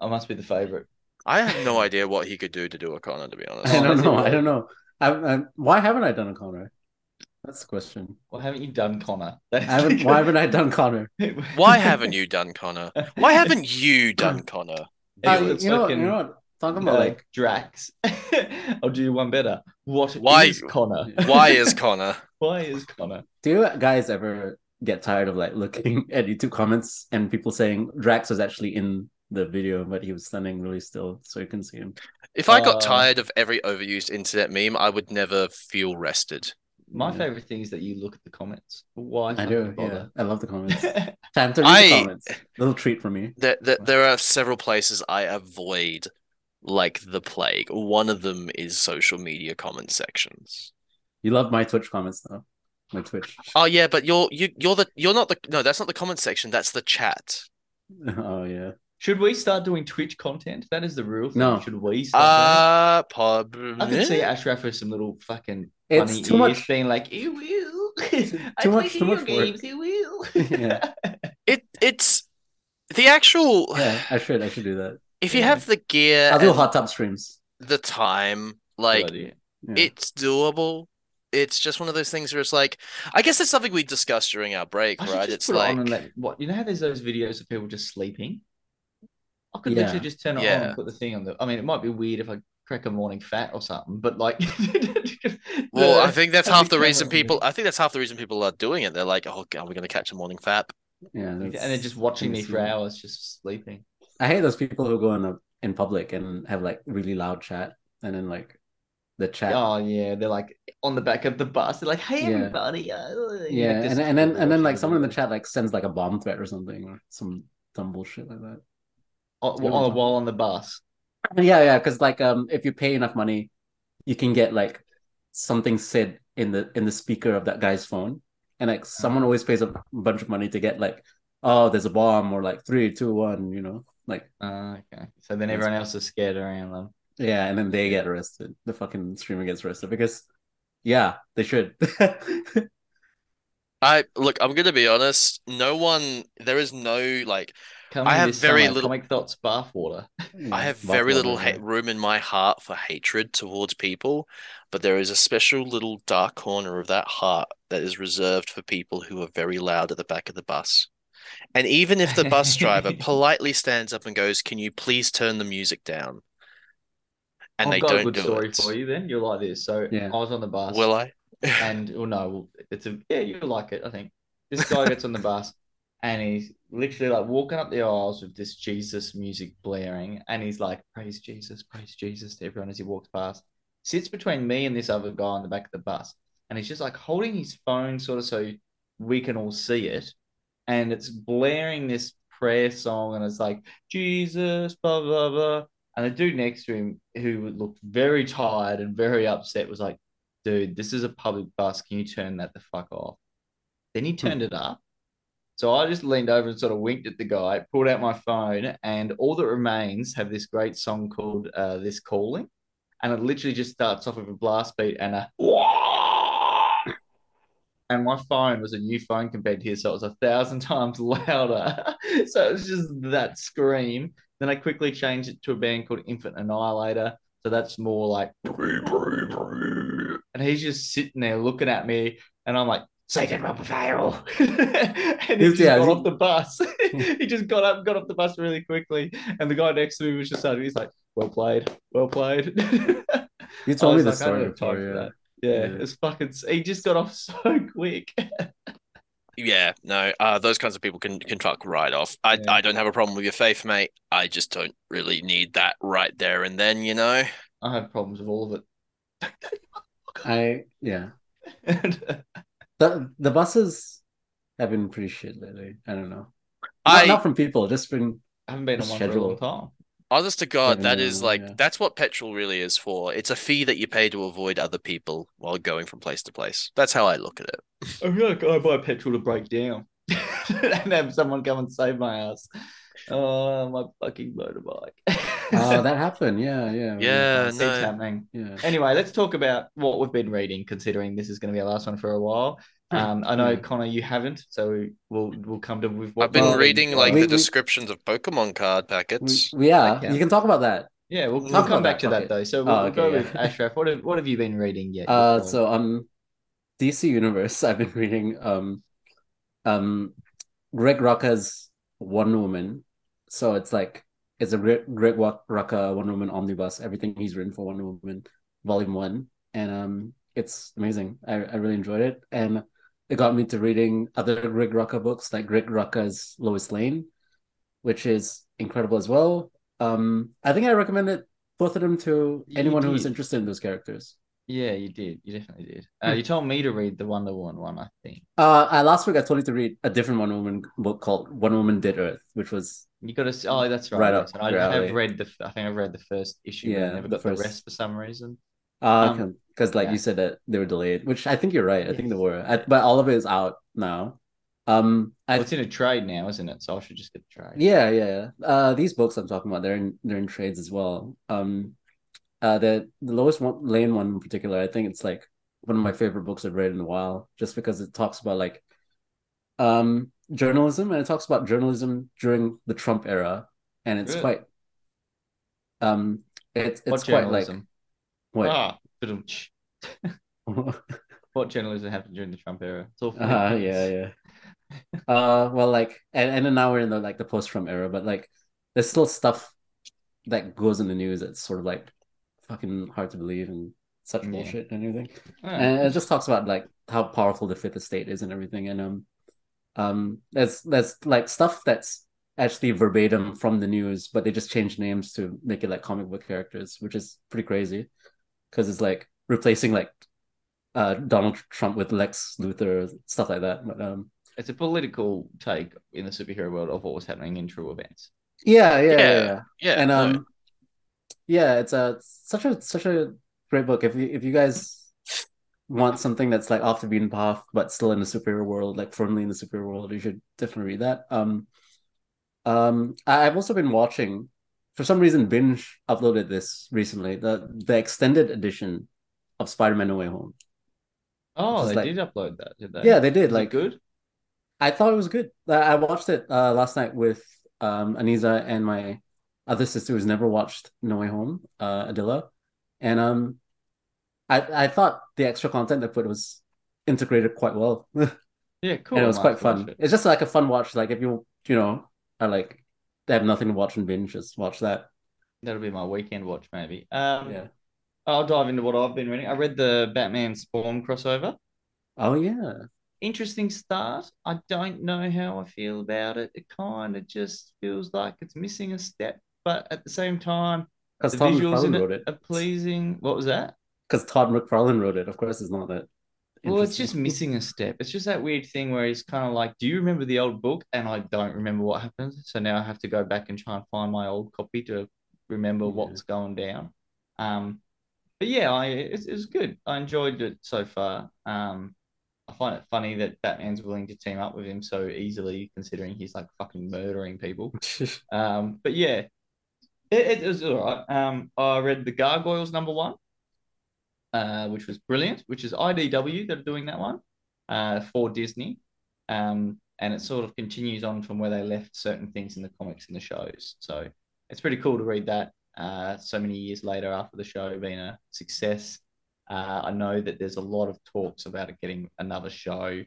S1: I must be the favorite.
S3: I have no idea what he could do to do a Connor, to be honest.
S2: I
S1: Oh, is
S2: don't
S1: it
S2: know. I
S1: really?
S2: don't know. I, I, why haven't I done a Connor? That's the question.
S1: Why haven't you done Connor?
S2: I haven't, why haven't I done Connor?
S3: Why haven't you done Connor? Why haven't you done Connor?
S2: Uh,
S1: Anyway,
S2: you know, what- you
S1: fucking,
S2: know what? Talking
S1: uh,
S2: about like
S1: Drax? I'll do you one better. What
S3: Why-
S1: is Connor?
S3: Why is Connor?
S1: Why is Connor?
S2: Do you guys ever get tired of like looking at YouTube comments and people saying Drax was actually in the video, but he was standing really still so you can see him?
S3: If I got
S1: Uh,
S3: tired of every overused internet meme, I would never feel rested.
S1: My
S2: Yeah.
S1: favorite thing is that you look at the comments. Why
S2: I
S1: fucking
S2: do. Yeah,
S1: bother?
S2: I love the comments. Time to read
S3: I-
S2: the comments. Little treat for me.
S3: There, there, there are several places I avoid like the plague. One of them is social media comment sections.
S2: You love my Twitch comments though. My Twitch.
S3: Oh yeah, but you're you you're the you're not the no, that's not the comment section, that's the chat.
S2: Oh yeah.
S1: Should we start doing Twitch content? That is the real thing.
S2: No.
S1: Should we start
S3: Uh
S1: doing it? I could see
S3: probably
S1: Ashraf with some little fucking
S2: It's
S1: funny
S2: too
S1: ears
S2: much.
S1: being like, ew, ew. I
S2: too
S1: play
S2: much- too
S1: video
S2: much work.
S1: games, ew, ew.
S2: Yeah.
S3: it it's the actual
S2: Yeah, I should. I should do that.
S3: if you
S1: Yeah.
S3: have the gear
S2: I'll do
S3: and
S2: hot tub streams.
S3: the time, like
S1: Good idea.
S2: Yeah.
S3: it's doable. It's just one of those things where it's like I guess that's something we discussed during our break,
S1: I should
S3: right?
S1: just
S3: It's
S1: put it
S3: like
S1: on and let, what you know how there's those videos of people just sleeping. I could
S2: Yeah.
S1: literally just turn it on
S3: Yeah.
S1: and put the thing on the. I mean, it might be weird if I crack a morning fat or something, but like,
S3: Well, I
S1: the-
S3: think that's
S1: that'd
S3: half
S1: be
S3: the reason
S1: camera
S3: people. I think that's half the reason people are doing it. They're like, "Oh, God, are we going to catch a morning fap?"
S2: Yeah,
S1: and
S2: that's-
S1: they're just watching me for
S2: insane.
S1: hours, just sleeping.
S2: I hate those people who go in a, in public and have like really loud chat, and then like the chat.
S1: Oh yeah, they're like on the back of the bus. They're like, "Hey
S2: Yeah.
S1: everybody!" uh, uh," you know,
S2: yeah,
S1: just
S2: and and then
S1: people
S2: and then
S1: watching
S2: like
S1: the
S2: someone in the
S1: video.
S2: chat like sends like a bomb threat or something or some dumb bullshit like that.
S1: Oh, well, on a wall on the bus.
S2: Yeah, yeah, because like um, if you pay enough money, you can get like something said in the in the speaker of that guy's phone, and like someone always pays a bunch of money to get like, oh, there's a bomb or like three, two, one, you know, like
S1: Uh, okay, so then
S2: That's-
S1: everyone else is scared around them.
S2: yeah, and then they get arrested. The fucking streamer gets arrested because, yeah, they should.
S3: I look, I'm gonna be honest. No one, there is no like,
S1: Come
S3: I
S1: in
S3: have
S1: this
S3: very
S1: summer,
S3: little-
S1: comic thoughts bathwater.
S3: I have very little ha- room in my heart for hatred towards people, but there is a special little dark corner of that heart that is reserved for people who are very loud at the back of the bus. And even if the bus driver politely stands up and goes, "Can you please turn the music down?" and
S1: I've
S3: they
S1: got
S3: don't
S1: a good
S3: do
S1: story
S3: it,
S1: for you. Then you're like this. So
S2: Yeah.
S1: I was on the bus.
S3: will I?
S1: and well, no, well, it's a yeah, you'll like it, I think. This guy gets on the bus and he's literally like walking up the aisles with this Jesus music blaring, and he's like, Praise Jesus, praise Jesus to everyone as he walks past. Sits between me and this other guy on the back of the bus, and he's just like holding his phone sort of so we can all see it, and it's blaring this prayer song, and it's like, Jesus, blah blah blah. And the dude next to him, who looked very tired and very upset, was like, dude, this is a public bus. Can you turn that the fuck off? Then he turned it up. So I just leaned over and sort of winked at the guy, pulled out my phone, and all that remains have this great song called uh, This Calling. And it literally just starts off with a blast beat and a. And my phone was a new phone compared to his, so it was a thousand times louder. so it was just that scream. Then I quickly changed it to a band called Infant Annihilator. So that's more like, and he's just sitting there looking at me, and I'm like, Satan Rubber Fail. and he
S2: He's-
S1: just
S2: yeah,
S1: got
S2: he-
S1: off the bus. he just got up, got off the bus really quickly. And the guy next to me was just like, he's like, well played, well played.
S2: You
S1: I
S2: told me
S1: was
S2: the
S1: like, I don't
S2: story
S1: have time
S2: before,
S1: for
S2: yeah.
S1: that. Yeah,
S2: Yeah.
S1: it's fucking. He just got off so quick.
S3: Yeah, no, uh, those kinds of people can can fuck right off. I
S1: Yeah.
S3: I don't have a problem with your faith, mate. I just don't really need that right there and then, you know.
S1: I have problems with all of
S2: I yeah.
S1: it.
S2: The the buses have been pretty shit lately. I don't know. Not,
S3: I
S2: not from people, just from
S1: I haven't been on one for a long
S2: Schedule.
S1: time.
S3: honest to God,
S2: Yeah,
S3: that
S2: no,
S3: is like
S2: yeah.
S3: that's what petrol really is for. It's a fee that you pay to avoid other people while going from place to place. That's how I look at it.
S1: I feel like Oh, I buy petrol to break down and have someone come and save my ass. Oh, my fucking motorbike.
S2: oh that happened. Yeah, yeah.
S3: Yeah,
S1: It's
S3: no.
S1: happening.
S2: Yeah.
S1: Anyway, let's talk about what we've been reading, considering this is going to be our last one for a while. Um, I know,
S2: Hmm.
S1: Connor, you haven't, so we'll we'll come to with what
S3: I've been
S1: we've
S3: reading like
S2: We-
S3: the
S2: we-
S3: descriptions of Pokemon card
S2: We,
S3: packets.
S2: we- yeah,
S1: Okay.
S2: you can talk about that.
S1: yeah, we'll,
S3: Talk
S1: we'll come
S2: about
S1: back
S2: that
S1: to that
S2: topic.
S1: though. So we'll,
S2: Oh,
S1: we'll go
S2: okay,
S1: with
S2: yeah.
S1: Ashraf. What have what have you been reading yet?
S2: Uh,
S1: You've
S2: so on DC Universe, I've been reading um, um, Greg Rucka's One Woman. So it's like it's a Greg, Greg Wa- Rucka One Woman omnibus. Everything he's written for One Woman, Volume One, and um, it's amazing. I I really enjoyed it, and it got me to reading other Greg Rucka books like Greg Rucka's Lois Lane, which is incredible as well. Um, I think I recommend it both of them to
S1: You
S2: anyone who's
S1: did.
S2: interested in those characters.
S1: yeah, you did. You definitely did. Uh, you told me to read the Wonder Woman one, I think.
S2: Uh, I, last week I told you to read a different One Woman book called One Woman Did Earth, which was
S1: You got to. Oh, that's right.
S2: Mm. Right
S1: yes.
S2: up
S1: And I
S2: your
S1: have
S2: alley.
S1: read the. I think I've read the first issue. Yeah,
S2: Yeah,
S1: never
S2: the
S1: got the
S2: first-
S1: rest for some reason.
S2: uh
S1: Um,
S2: because like
S1: yeah.
S2: you said that they were delayed, which I think you're right. I think they
S1: Yes.
S2: were, I, but all of it is out now. Um, I
S1: Well, it's in a trade now, isn't it? So I should just get the trade.
S2: yeah yeah. yeah. Uh, these books I'm talking about they're in they're in trades as well. Um, uh, the the lowest one, lane one in particular, I think it's like one of my favorite books I've read in a while, just because it talks about like um journalism and it talks about journalism during the Trump era, and it's
S1: Really?
S2: quite um it's
S1: What
S2: it's quite like
S1: journalism?
S2: what
S1: Ah, ba-dum-tsh. Ah. what journalism happened during the Trump era? It's all fake
S2: Uh,
S1: news.
S2: yeah, yeah. Uh, well, like, and, and then now we're in the like the post-Trump era, but like, there's still stuff that goes in the news that's sort of like fucking hard to believe and such
S1: Yeah.
S2: bullshit and everything.
S1: Ah,
S2: And it just talks about like how powerful the fifth estate is and everything. And um, um, there's there's like stuff that's actually verbatim from the news, but they just changed names to make it like comic book characters, which is pretty crazy because it's like replacing like uh Donald Trump with Lex Luthor stuff like that. But um,
S1: it's a political take in the superhero world of what was happening in true events.
S2: yeah, yeah, yeah,
S3: Yeah.
S2: yeah.
S3: Yeah,
S2: and
S3: no.
S2: um, yeah, it's a it's such a such a great book. If you if you guys want something that's like off the beaten path but still in the superhero world, like firmly in the superhero world, you should definitely read that. Um, um, I, I've also been watching. For some reason, binge uploaded this recently. The the extended edition of Spider-Man: No Way Home.
S1: Oh,
S2: Which is
S1: they
S2: like-
S1: did upload that, did they?
S2: Yeah, they
S1: Is
S2: did.
S1: it
S2: Like,
S1: good.
S2: I thought it was good. Like, I watched it uh, last night with um, Aniza and my other sister who's never watched No Way Home, uh, Adila, and um, I I thought the extra content they put was integrated quite well,
S1: Yeah, cool.
S2: and it was
S1: I might
S2: quite
S1: have to watch
S2: fun.
S1: it.
S2: It's just like a fun watch. Like if you you know are like they have nothing to watch and binge, just watch that.
S1: That'll be my weekend watch, maybe. Um,
S2: Yeah.
S1: I'll dive into what I've been reading. I read the Batman Spawn crossover.
S2: Oh yeah.
S1: Interesting start. I don't know how I feel about it. It kind of just feels like it's missing a step, but at the same time,
S2: Because
S1: the
S2: Todd
S1: visuals in
S2: McFarlane
S1: it
S2: wrote it.
S1: are pleasing. What was that?
S2: Because Todd McFarlane wrote it. Of course, it's not that.
S1: Well, it's just
S2: interesting.
S1: missing a step. It's just that weird thing where he's kind of like, "Do you remember the old book?" And I don't remember what happened, so now I have to go back and try and find my old copy to remember
S2: Yeah.
S1: what's going down. Um, but yeah, I it, it was good. I enjoyed it so far. Um, I find it funny that Batman's willing to team up with him so easily, considering he's like fucking murdering people. Um, but yeah, it, it was all right. Um, I read the Gargoyles number one, uh, which was brilliant. Which is IDW that are doing that one uh, for Disney, um, and it sort of continues on from where they left certain things in the comics and the shows. So it's pretty cool to read that. Uh, so many years later, after the show being a success, uh, I know that there's a lot of talks about it getting another show.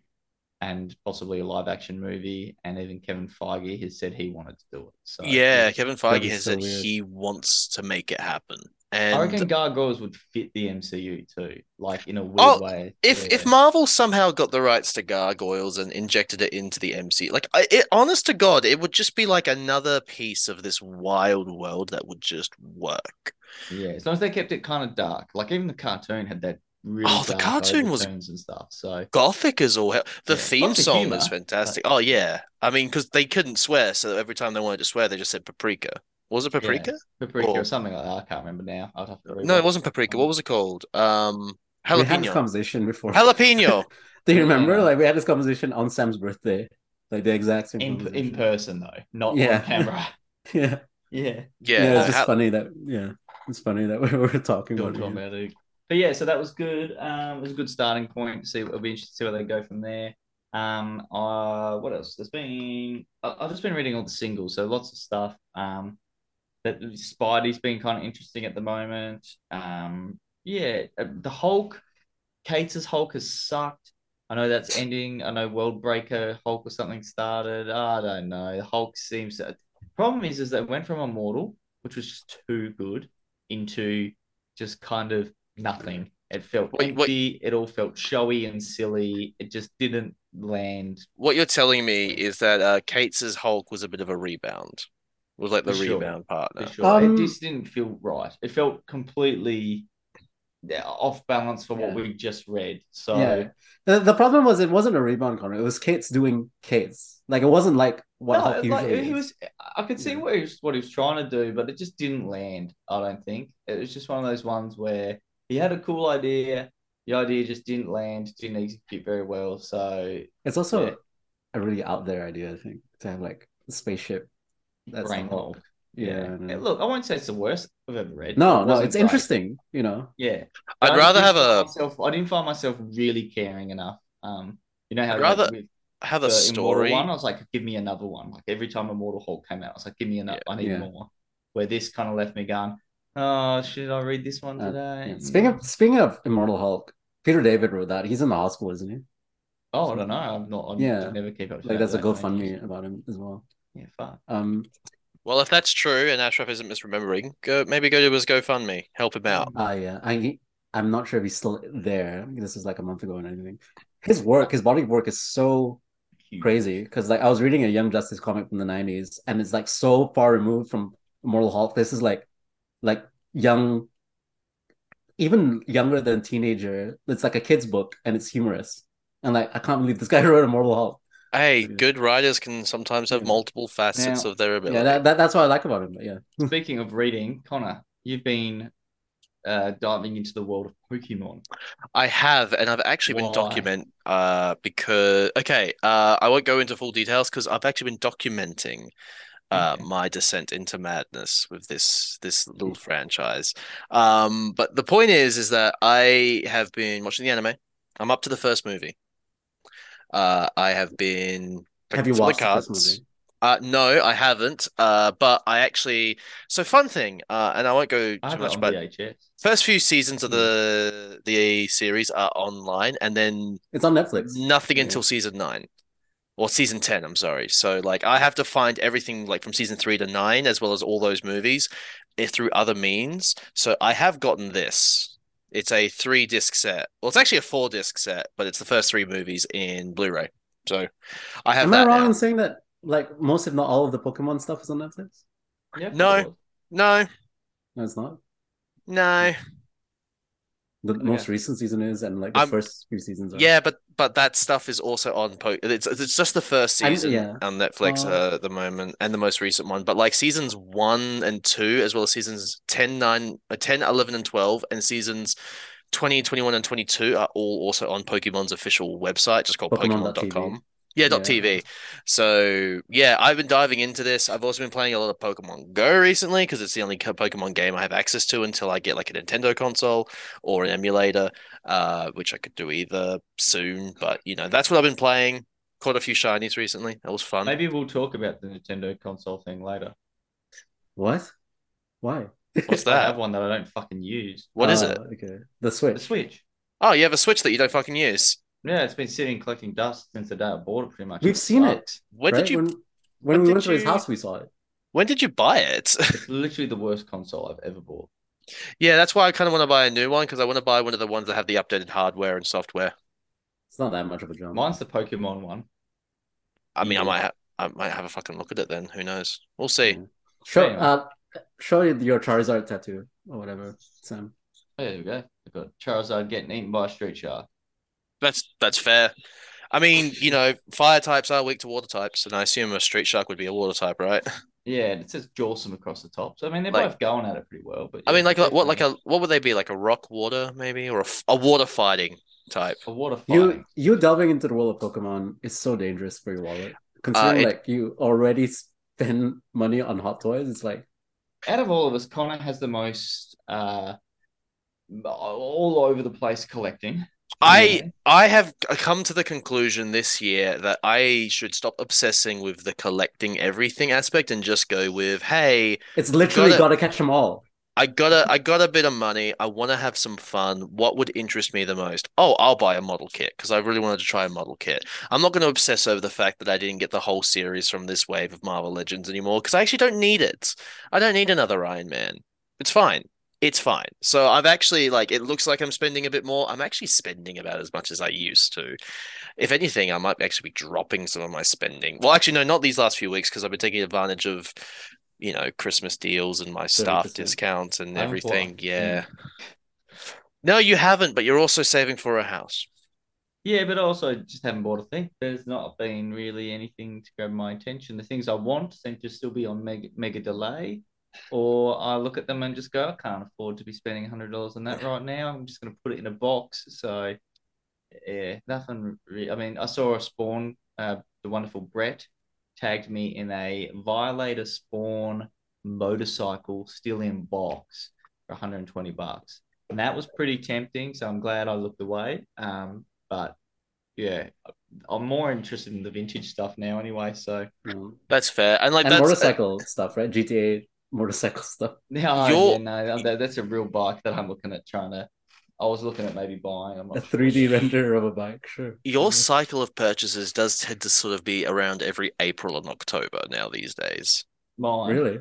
S1: And possibly a live action movie, and even Kevin Feige has said he wanted to do it. So
S3: yeah, Kevin
S2: that'd
S3: Feige
S2: be
S3: has
S2: so
S3: said
S2: weird.
S3: he wants to make it happen.
S1: I
S3: And
S1: reckon Gargoyles would fit the MCU too, like in a weird
S3: Oh,
S1: way.
S3: if if
S1: Yeah.
S3: Marvel somehow got the rights to Gargoyles and injected it into the MCU, like I, it, honest to God, it would just be like another piece of this wild world that would just work.
S1: yeah, as long as they kept it kind of dark, like even the cartoon had that really.
S3: Oh, the
S1: dark
S3: cartoon was-
S1: overtones and stuff. So
S3: Gothic is all hell. The
S1: Yeah,
S3: theme
S1: Gothic
S3: song
S1: humor,
S3: is fantastic. Oh yeah, I mean because they couldn't swear, so every time they wanted to swear, they just said paprika. Was it paprika?
S1: Paprika
S3: Cool.
S1: or something like that. I can't remember now. I'd have to.
S3: No,
S1: rewatch
S3: it wasn't paprika. What was it called? Um,
S2: We had this
S3: jalapeno.
S2: conversation before.
S3: Jalapeno.
S2: Do you remember?
S1: Yeah.
S2: Like we had this conversation on Sam's birthday, like the exact same.
S1: in in
S2: conversation.
S1: person though, not
S2: Yeah.
S1: on camera.
S2: yeah,
S1: yeah,
S3: Yeah,
S2: yeah.
S3: no,
S2: It's just
S3: jal-
S2: funny that yeah, it's funny that we were talking
S1: Don't
S2: about.
S1: talk
S2: it.
S1: about it. But yeah, so that was good. Um, it was a good starting point. See, it'll be interesting to see where they go from there. Um, uh, what else? There's been I- I've just been reading all the singles, so lots of stuff. Um, that Spidey's been kind of interesting at the moment. Um, yeah, uh, the Hulk, Kate's Hulk has sucked. I know that's ending. I know Worldbreaker Hulk or something started. I don't know. Hulk seems to. Problem is, is they went from Immortal, which was just too good, into just kind of nothing. It felt
S3: Wait, wait.
S1: empty. It all felt showy and silly. It just didn't land.
S3: what you're telling me is that uh, Kate's Hulk was a bit of a rebound. Was like the
S1: For sure.
S3: rebound partner.
S1: For sure,
S2: Um,
S1: it just didn't feel right. It felt completely yeah, off balance for what
S2: Yeah.
S1: we just read. So
S2: Yeah, the, the problem was it wasn't a rebound corner. It was Kate's doing Kate's. Like it wasn't like what
S1: No,
S2: Hulk
S1: like,
S2: usually
S1: he
S2: is.
S1: was. I could see
S2: Yeah.
S1: what he was, what he was trying to do, but it just didn't land. I don't think it was just one of those ones where he had a cool idea. The idea just didn't land, didn't execute very well. So
S2: It's also
S1: Yeah.
S2: a really out there idea, I think, to have like a spaceship. That's the
S1: brain
S2: Hulk.
S1: hole.
S2: Yeah. I
S1: Hey,
S2: know.
S1: Look, I won't say it's the worst I've ever read.
S2: No,
S1: It
S2: no,
S1: wasn't
S2: it's
S1: great.
S2: interesting. You know,
S1: Yeah,
S3: I'd
S1: I just
S3: rather
S1: didn't
S3: have a
S1: find myself- I didn't find myself really caring enough. Um, you know how
S3: I'd
S1: like,
S3: rather
S1: with
S3: have
S1: the
S3: a
S1: Immortal
S3: story.
S1: one, I was like, give me another one. Like every time Immortal Hulk came out, I was like, give me another. I need
S2: Yeah.
S1: more. Where this kind of left me going, oh, should I read this one
S2: Uh,
S1: today?
S2: Yeah. Speaking of speaking of Immortal Hulk, Peter David wrote that. He's in the hospital, isn't he?
S1: oh, I don't know. I'm not. I'm,
S2: Yeah.
S1: yeah, never keep up. to
S2: Like
S1: date
S2: there's a
S1: with that kind of
S2: GoFundMe
S1: news.
S2: about him as well.
S1: Yeah, fuck.
S2: Um,
S3: Well, if that's true and Ashraf isn't misremembering, go maybe go to his GoFundMe, help him out.
S2: ah, yeah, I I'm not sure if he's still there. This is like a month ago and anything. His work, his body of work is so
S1: Huge.
S2: crazy because like I was reading a Young Justice comic from the '90s, and it's like so far removed from Immortal Hulk. This is like like young, even younger than teenager. It's like a kid's book, and it's humorous. And like I can't believe this guy wrote Immortal Hulk.
S3: Hey,
S2: Yeah.
S3: good writers can sometimes have
S2: Yeah.
S3: multiple facets
S1: Now-
S3: of their ability.
S2: Yeah, that, that that's what I like about him. But yeah,
S1: Speaking of reading, Connor, you've been uh, diving into the world of Pokemon.
S3: I have, and I've actually been
S1: Why?
S3: document uh because okay, uh I won't go into full details because I've actually been documenting uh
S1: Okay.
S3: my descent into madness with this this little franchise. Um but the point is is that I have been watching the anime I'm up to the first movie. Uh, I have been.
S2: Have you
S3: some of
S2: watched
S3: the
S2: the first
S3: cards.
S2: movie?
S3: Uh, no, I haven't. Uh, but I actually. So fun thing. Uh, and I won't go
S1: I
S3: too
S1: have it
S3: much
S1: on
S3: about.
S1: VHS.
S3: First few seasons
S2: Hmm.
S3: of the the series are online, and then
S2: It's on Netflix.
S3: nothing
S2: Yeah.
S3: until season nine or season 10 i'm sorry so like i have to find everything like from season three to nine as well as all those movies eh, through other means so i have gotten this it's a three disc set well it's actually a four disc set but it's the first three movies in blu-ray so i have
S2: Am
S3: that
S2: I wrong
S3: now.
S2: in saying that like most, if not all, of the Pokemon stuff is on Netflix?
S1: Yeah, of
S3: No.
S1: course.
S3: no
S2: No, it's not. Hmm.
S3: no
S2: The
S1: Okay.
S2: most recent season is, and like the
S3: Oh, I'm-
S2: first few seasons. Are.
S3: yeah but but that stuff is also on po- it's, it's just the first
S2: And-
S3: season
S2: yeah.
S3: on netflix
S2: Oh.
S3: uh, at the moment and the most recent one but like seasons 1 and 2 as well as seasons 10 9 uh, 10 11 and 12 and seasons 20 21 and 22 are all also on pokemon's official website just called
S2: Pokemon.tv.
S3: pokemon.com yeah, dot
S2: Yeah.
S3: .tv. So, yeah, I've been diving into this. I've also been playing a lot of Pokemon Go recently because it's the only co- Pokemon game I have access to until I get like a Nintendo console or an emulator, uh, which I could do either soon. But, you know, that's what I've been playing. Caught a few shinies recently. That was fun.
S1: Maybe we'll talk about the Nintendo console thing later.
S2: What? Why?
S3: What's
S1: I have
S3: that?
S1: one Uh, that I don't fucking use.
S3: What is
S2: Ah,
S3: it?
S2: Okay. The
S1: The
S2: Switch.
S1: Switch.
S3: Oh, you have a Switch that you don't fucking use.
S1: Yeah, it's been sitting collecting dust since the day I bought it. Pretty much.
S2: We've seen
S1: sucks.
S2: it.
S3: When
S2: right?
S3: did you
S2: When,
S3: when...
S2: when
S3: when
S2: we
S3: did
S2: went to his
S3: you-
S2: house, we saw it.
S3: did you buy it?
S1: It's literally the worst console I've ever bought.
S3: yeah, that's why I kind of want to buy a new one because I want to buy one of the ones that have the updated hardware and software.
S2: It's not that much of a jump.
S1: Mine's the Pokemon one.
S3: I mean, I
S1: Yeah.
S3: might ha- I might have a fucking look at it then. Who knows? We'll see.
S2: Yeah. Show
S1: Damn.
S2: uh, show your Charizard tattoo or whatever, Sam.
S1: Oh, There we go. I've got Charizard getting eaten by a street shark.
S3: That's that's fair. I mean, you know, fire types are weak to water types, and I assume a street shark would be a water type, right?
S1: Yeah, and it says Jawsome across the top. So I mean, they're
S3: Like-
S1: both going at it pretty well. But
S3: I mean,
S1: yeah,
S3: like, like what, like
S1: definitely
S3: a what would they be? Like a rock water, maybe, or a, f- a water fighting type?
S1: a water fight.
S2: You you delving into the world of Pokemon is so dangerous for your wallet. Considering
S3: Uh, it-
S2: like you already spend money on hot toys, it's like
S1: Out of all of us, Connor has the most uh, all over the place collecting.
S3: I I have come to the conclusion this year that I should stop obsessing with the collecting everything aspect and just go with, hey,
S2: it's literally
S3: Gotta-
S2: gotta, catch them all.
S3: I got a I got a bit of money. I want to have some fun. What would interest me the most? Oh, I'll buy a model kit because I really wanted to try a model kit. I'm not going to obsess over the fact that I didn't get the whole series from this wave of Marvel Legends anymore because I actually don't need it. I don't need another Iron Man. It's fine. It's fine. So I've actually like it looks like I'm spending a bit more. I'm actually spending about as much as I used to. If anything, I might actually be dropping some of my spending. Well, actually, no, not these last few weeks because I've been taking advantage of you know Christmas deals and my staff
S2: 30%.
S3: discounts and
S1: I haven't bought a Mm.
S3: everything. Yeah. No, you haven't, but you're also saving for a house.
S1: Yeah, but also just haven't bought a thing. There's not been really anything to grab my attention. The things I want seem to still be on mega, mega delay, or I look at them and just go, I can't afford to be spending hundred dollars on that right now. I'm just going to put it in a box. So, yeah, nothing. Re- I mean, I saw a spawn. Uh, the wonderful Brett tagged me in a Violator spawn motorcycle still in box for 120 bucks, and that was pretty tempting. So I'm glad I looked away. Um, but yeah, I'm more interested in the vintage stuff now anyway. So
S2: you know.
S3: That's fair. And like
S2: Mm. And
S3: that's
S2: motorcycle stuff, right? GTA motorcycle stuff.
S1: now,
S3: Your-
S1: yeah, no, that, that's a real bike that I'm looking at trying to. I was looking at maybe buying. I'm
S2: A
S3: Oh,
S1: not sure.
S2: 3D render of a bike, sure.
S3: Your
S2: Mhm.
S3: cycle of purchases does tend to sort of be around every April and October now these days.
S1: Mine.
S2: Really?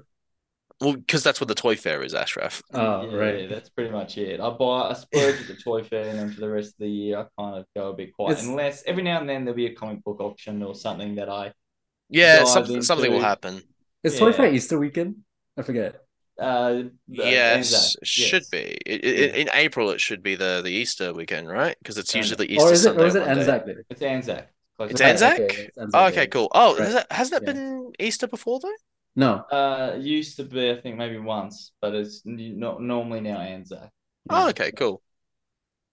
S3: Well, because that's what the toy fair is, Ashraf.
S2: Oh,
S1: yeah,
S2: right.
S1: that's pretty much it. I buy, I splurge at the toy fair, and then for the rest of the year, I kind of go a bit quiet.
S2: It's-
S1: Unless every now and then there'll be a comic book auction or something that I
S3: Yeah,
S1: Dive
S3: something something will
S1: into-
S3: happen.
S2: Is Toy
S1: Yeah.
S2: Fair Easter weekend? I forget.
S1: uh,
S3: Yes,
S1: Anzac,
S3: it should
S1: yes.
S3: be. It, it, in April, it should be the, the Easter weekend, right? Because it's
S1: Yeah.
S3: usually the Easter
S2: Or is it
S3: Sunday
S2: or is it
S3: Monday.
S2: Anzac Day?
S1: It's Anzac. Close
S3: It's
S1: enough.
S3: Anzac?
S2: it's Anzac
S3: Oh, okay,
S2: Day.
S3: cool. Oh,
S2: Right.
S3: has that, hasn't that
S2: Yeah.
S3: been Easter before though?
S2: No.
S1: Uh, it used to be, I think, maybe once, but it's n- not normally now Anzac.
S3: Oh,
S2: Yeah.
S3: okay, cool.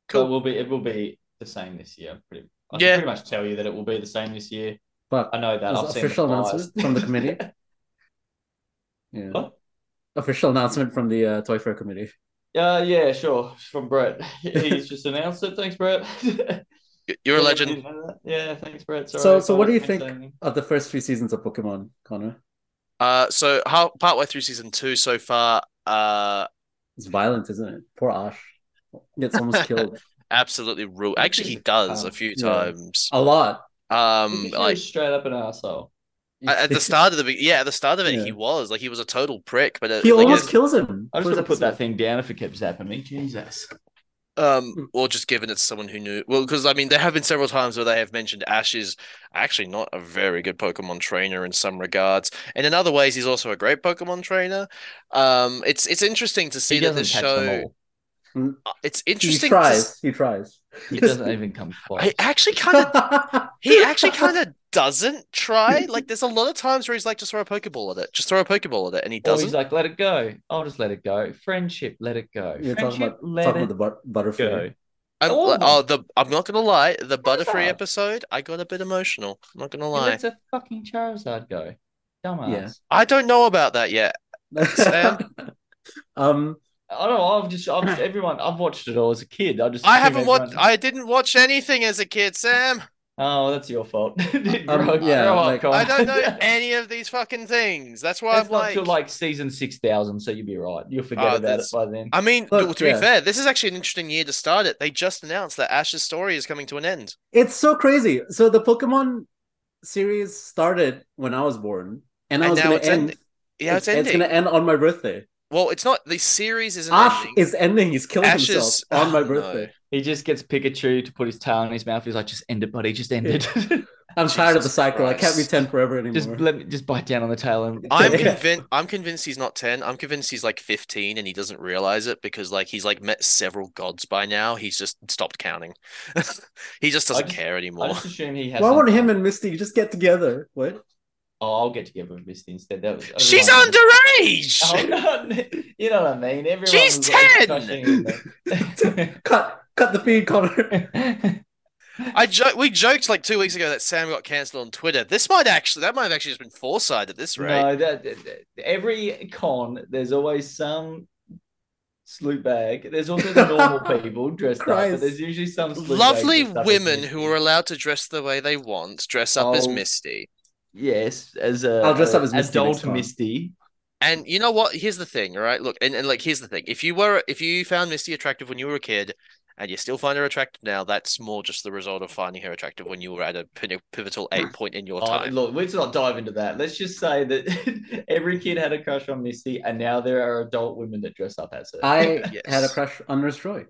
S1: But
S3: Cool.
S1: will be it will be the same this year. I'm Pretty, I
S3: Yeah.
S1: can pretty much tell you that it will be the same this year.
S2: Fuck.
S1: I know that.
S2: Is it
S1: I've seen the
S2: official announcement
S1: flyers.
S2: from the committee? Yeah.
S1: What?
S2: Official announcement from the uh, Toy Fair committee.
S1: Uh, yeah, sure. From Brett. He's just announced it. Thanks, Brett.
S3: Y- You're a legend.
S1: Didn't know that. Yeah, thanks, Brett. Sorry,
S2: So- so
S1: I
S2: what do you
S1: apologize.
S2: think- Of the first three seasons of Pokemon, Connor,
S3: Uh, so how partway through season two so far, uh,
S2: it's violent, isn't it? Poor Ash gets almost killed
S3: absolutely rule. Actually, he does a few
S2: Um, Yeah.
S3: times.
S2: a lot.
S3: Um,
S1: He's just
S3: like
S1: straight up an asshole.
S3: at at the start of the be- yeah, at the start of it,
S2: Yeah.
S3: he was like he was a total prick. But it,
S2: he
S3: like,
S2: almost
S3: it's-
S2: kills him.
S1: I just
S2: First
S1: would have put that
S2: episode.
S1: thing down if it kept zapping me. Jesus. Hmm.
S3: Um, or just given it's someone who knew. Well, because I mean, there have been several times where they have mentioned Ash is actually not a very good Pokemon trainer in some regards, and in other ways, he's also a great Pokemon trainer. Um, it's it's interesting to see
S1: He
S3: that
S1: doesn't
S3: this
S1: catch
S3: show. Uh,
S1: them all.
S3: It's
S2: He
S3: interesting. to
S2: tries.
S3: s-
S2: He tries.
S1: He doesn't even come close.
S3: I actually kind of he actually kind of doesn't try. Like, there's a lot of times where he's like, just throw a Pokeball at it, just throw a Pokeball at it, and he
S1: Or
S3: doesn't.
S1: he's like, let it go. I'll just let it go. Friendship, let it go.
S2: You're talking
S1: Friendship,
S2: about,
S1: let
S2: talking
S1: it
S2: about the but- butterfly.
S1: go.
S3: I'm,
S1: all
S3: like,
S1: of them.
S3: oh, the I'm not gonna lie, the Butterfree
S1: Charizard.
S3: episode, I got a bit emotional. I'm not gonna
S1: He
S3: lie.
S1: lets a fucking Charizard go. Dumbass.
S2: Yeah.
S3: I don't know about that yet.
S2: Sam? um,
S1: I don't know. I've just, I've just, everyone, I've watched it all as a kid. I just,
S3: I
S1: assume
S3: haven't watched.
S1: everyone-
S3: I didn't watch anything as a kid, Sam.
S1: Oh, that's your fault.
S2: yeah, like-
S3: Um, I don't know any of these fucking things. That's why
S1: Oh. It's
S3: I'm
S1: not
S3: like.
S1: till like season six thousand, so you'll be right. You'll forget
S3: Oh,
S1: about
S3: that's-
S1: it by then.
S3: I mean,
S2: Look,
S3: well, to
S2: yeah.
S3: be fair, this is actually an interesting year to start it. They just announced that Ash's story is coming to an end.
S2: it's so crazy. So the Pokemon series started when I was born, and I
S3: And
S2: was
S3: now
S2: going
S3: it's
S2: to end.
S3: ending. Yeah, it's, ending.
S2: going to end on my birthday.
S3: Well, it's not. The series isn't
S2: Ash
S3: ending.
S2: is ending. He's killing
S3: Ash
S2: himself
S3: is-
S2: on my
S3: oh, no.
S2: birthday.
S1: He just gets Pikachu to put his tail in his mouth. He's like, just end it, buddy. Just end it.
S2: I'm tired of the
S3: Jesus
S2: cycle. I can't
S3: Christ.
S2: pretend forever anymore.
S1: just let me just bite down on the tail and
S3: I'm
S2: Yeah.
S3: convinced. I'm convinced he's not ten. I'm convinced he's like fifteen, and he doesn't realize it because like he's like met several gods by now. He's just stopped counting. he just doesn't
S1: just-
S3: care
S1: I
S3: anymore.
S1: just assume he has.
S2: Why would
S1: something.
S2: him and Misty just get together? What?
S1: Oh, I'll get together with Misty instead. That was
S3: She's
S1: everyone-
S3: underage.
S1: Oh, no, you know what I mean. Everyone
S3: She's
S1: was, like,
S3: 10!
S1: crushing it.
S2: Cut! Cut the feed, Connor.
S3: I jo- we joked like two weeks ago that Sam got cancelled on Twitter. This might actually that might have actually just been foresight at this rate.
S1: No, that, that- that- every con, there's always some slew bag. There's also the normal people dressed up, but
S2: Christ.
S1: there's usually some slew bag
S3: Lovely
S1: dressed up as
S3: women
S1: Misty.
S3: who are allowed to dress the way they want dress up as
S1: Oh.
S3: Misty.
S1: yes, as a
S2: I'll dress up as
S1: a
S2: Misty next
S1: adult
S2: time.
S1: Misty.
S3: And you know what? Here's the thing, all right? Look, and, and like here's the thing. If you were if you found Misty attractive when you were a kid and you still find her attractive now, that's more just the result of finding her attractive when you were at a pin- pivotal eight point in your
S1: Oh,
S3: time.
S1: look, let's not dive into that. Let's just say that every kid had a crush on Misty, and now there are adult women that dress up as her.
S2: I
S3: Yes.
S2: had a crush on Nurse Joy,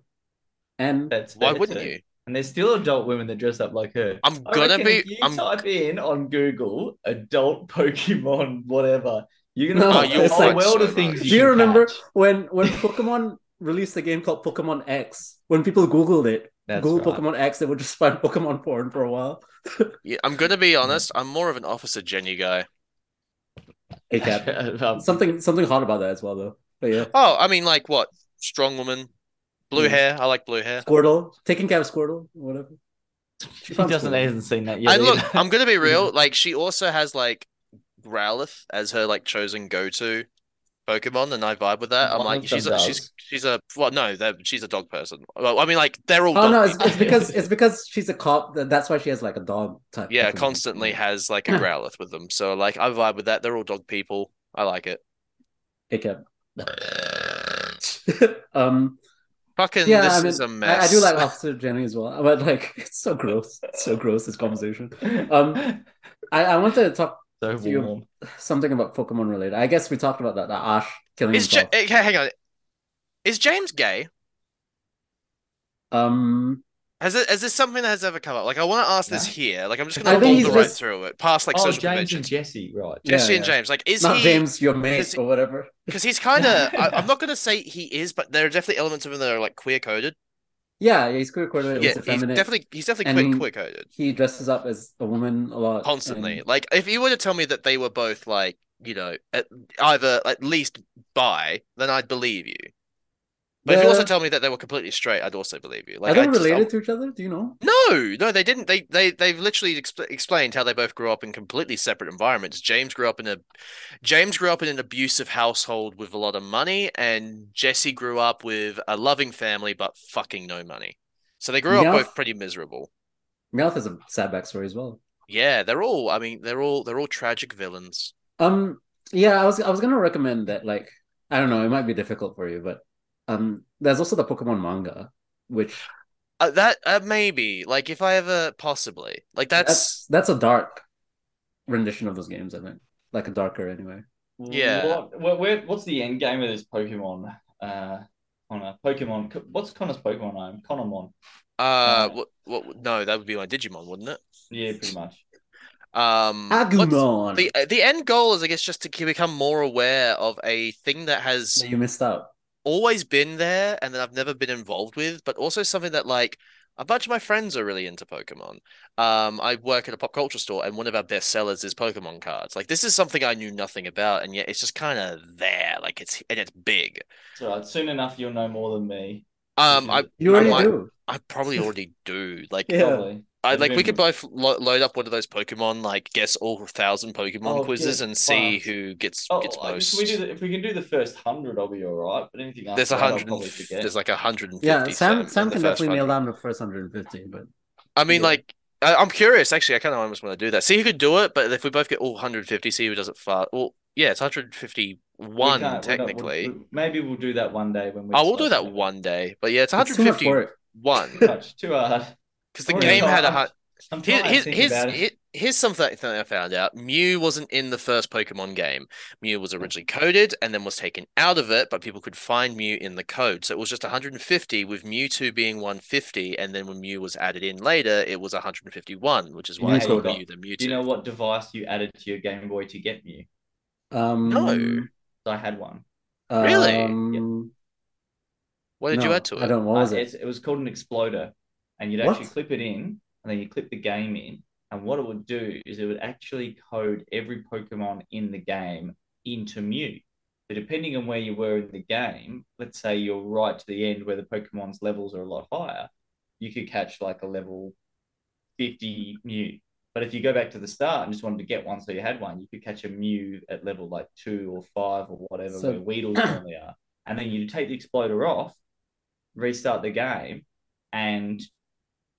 S2: and
S1: That's
S3: Why
S1: that's
S3: wouldn't
S1: it.
S3: you?
S1: And there's still adult women that dress up like her.
S3: I'm
S1: I
S3: gonna
S1: reckon
S3: be
S1: If you
S3: I'm
S1: type in on Google adult Pokemon, whatever, you're gonna
S2: No,
S1: find
S2: you'll
S1: a whole
S2: find
S1: world
S3: so
S1: of things.
S3: much.
S1: You
S2: Do you
S1: can
S2: remember
S1: catch.
S2: when when Pokemon released a game called Pokemon X? When people Googled it,
S1: That's
S2: Google
S1: right.
S2: Pokemon X, they would just find Pokemon porn for a while.
S3: yeah, I'm gonna
S1: Mm.
S3: be honest, I'm more of an officer Jenny guy.
S2: Hey, Cap.
S1: Um,
S2: something something hot about that as well, though. But yeah,
S3: Oh, I mean like what? Strong woman, blue
S1: Mm.
S2: Yeah.
S3: hair. I like blue hair.
S2: Squirtle, taking care of Squirtle, whatever. She
S1: he
S2: found
S1: doesn't
S2: Squirtle.
S1: hasn't seen that yet.
S3: and look,
S1: either.
S3: I'm gonna be real. Like she also has like Growlithe as her like chosen go-to Pokemon, and I vibe with that. I'm
S1: One
S3: like
S1: of
S3: she's
S1: them
S3: a, she's
S1: does.
S3: she's a well no they're- she's a dog person. Well, I mean like they're all
S2: Oh
S3: dog
S2: no, it's,
S3: people.
S2: it's because it's because she's a cop. that- That's why she has like a dog type.
S3: yeah
S2: Pokemon.
S3: constantly has like a Growlithe with them. So like I vibe with that. They're all dog people. I like it.
S2: Hey, Cap. um,
S3: Fucking
S2: yeah,
S3: this
S2: I mean,
S3: is a
S2: I,
S3: mess.
S2: I do like Officer Jenny as well, but like it's so gross, it's so gross this conversation. Um, I, I wanted to talk
S1: so
S2: do you-
S1: warm.
S2: something about Pokemon related. I guess we talked about that. That Ash killing
S3: Is ja-
S2: himself.
S3: eh, hang on. Is James gay?
S2: Um,
S3: Has it is this something that has ever come up? Like I want to ask this
S1: No.
S3: here. Like I'm just
S1: I
S3: gonna
S1: think
S3: roll
S1: he's
S3: the right
S2: just-
S3: through it, past like
S1: oh,
S3: social
S1: James and
S3: conventions.
S1: Jesse, right?
S2: Yeah,
S3: Jesse and
S2: yeah.
S3: James. Like is
S2: not
S3: he
S2: James, your mate
S3: is-
S2: or whatever.
S3: Because he's kind of, I'm not going to say he is, but there are definitely elements of him that are like queer coded.
S2: Yeah, yeah, he's queer coded.
S3: Yeah,
S2: he's
S3: he's
S2: effeminate.
S3: definitely, he's
S2: And
S3: definitely
S2: he-
S3: queer coded
S2: He dresses up as a woman a lot.
S3: constantly.
S2: and-
S3: Like, if you were to tell me that they were both like, you know, at, either at least bi, then I'd believe you. But if you also
S2: The-
S3: tell me that they were completely straight, I'd also believe you.
S2: Are
S3: Like,
S2: they
S3: I just-
S2: related to each other? Do you know?
S3: No, no, they didn't. They they they've literally expl explained how they both grew up in completely separate environments. James grew up in a James grew up in an abusive household with a lot of money, and Jesse grew up with a loving family but fucking no money. So they grew up
S2: Yeah.
S3: both pretty miserable.
S2: Meowth has a sad backstory as well.
S3: Yeah, they're all. I mean, they're all they're all tragic villains.
S2: Um, yeah, I was I was gonna recommend that. Like, I don't know, it might be difficult for you, but um, there's also the Pokemon manga, which
S3: Uh, that uh, maybe like if I ever possibly like that's
S2: that's that's a dark rendition of those games. I think, like a darker anyway.
S3: Yeah.
S1: What, what, where, what's the end game of this Pokemon? Uh, on a Pokemon. Co- What's Connor's Pokemon name? Connormon.
S3: uh what, what no that would be my Digimon, wouldn't it?
S1: Yeah, pretty much.
S3: Um, what's-
S2: Agumon.
S3: the uh, the end goal is i guess just to ke- become more aware of a thing that has
S2: that you missed out.
S3: always been there and that i've never been involved with but also something that like a bunch of my friends are really into pokemon um i work at a pop culture store and one of our best sellers is pokemon cards like this is something i knew nothing about and yet it's just kind of there like it's and it's big
S1: So right, soon enough, you'll know more than me.
S3: um i
S1: Because-
S2: You
S3: I
S2: already
S3: might-
S2: do.
S3: i probably already do like
S2: Yeah.
S1: Probably.
S3: I
S1: I've
S3: like we
S1: been-
S3: could both lo- load up one of those Pokemon, like guess all thousand Pokemon
S1: Oh,
S3: quizzes
S1: good
S3: and see
S1: fuck.
S3: who gets
S1: Oh,
S3: gets
S1: like,
S3: most.
S1: if, we do the, if we can do the first hundred, I'll be all right. But anything after
S3: There's a
S1: that, I'll
S3: hundred. and
S1: probably
S3: f-
S1: forget.
S3: There's like a hundred and
S2: Yeah,
S3: fifty.
S2: Sam
S3: Sam.
S2: Sam
S3: in the
S2: can
S3: first
S2: definitely nail
S3: one.
S2: down the first 150, but
S3: I mean,
S1: yeah.
S3: like, I, I'm curious. Actually, I kind of almost want to do that. See who could do it. But if we both get all 150, see who does it fast. Well, yeah, it's
S1: We
S3: 151
S1: can't- we're not- we'll-
S3: technically.
S1: we- maybe we'll do that one day when we.
S3: I will do
S1: decide
S3: that
S1: to-
S3: one day. But yeah, it's
S2: it's too much
S3: 151
S2: work.
S1: Too much, too hard.
S3: because the
S1: Or
S3: game
S1: it's
S3: had a.
S1: hard.
S3: hun-
S1: I'm
S3: Here,
S1: tired
S3: here's,
S1: thinking
S3: here's,
S1: about it.
S3: here- here's something that I found out. Mew wasn't in the first Pokemon game. Mew was originally coded and then was taken out of it, but people could find Mew in the code. So it was just 150, with Mewtwo being 150. And then when Mew was added in later, it was 151, which is
S2: You
S3: why
S2: need
S3: I
S2: to
S3: called
S1: hold up.
S3: Mew the
S1: Do
S3: Mewtwo.
S1: you know what device you added to your Game Boy to get Mew?
S2: Um,
S3: No.
S1: I had one.
S3: Really?
S2: um,
S3: what did
S2: no,
S3: you add to it?
S2: I don't. know. What was
S1: Uh,
S2: it?
S1: it's- it was called an exploder, and you'd
S2: What?
S1: actually clip it in, and then you clip the game in. And what it would do is it would actually code every Pokemon in the game into Mew. So depending on where you were in the game, let's say you're right to the end where the Pokemon's levels are a lot higher, you could catch like a level 50 Mew. But if you go back to the start and just wanted to get one, so you had one, you could catch a Mew at level like two or five or whatever,
S2: So-
S1: where Weedles normally are. And then you take the Exploder off, restart the game, and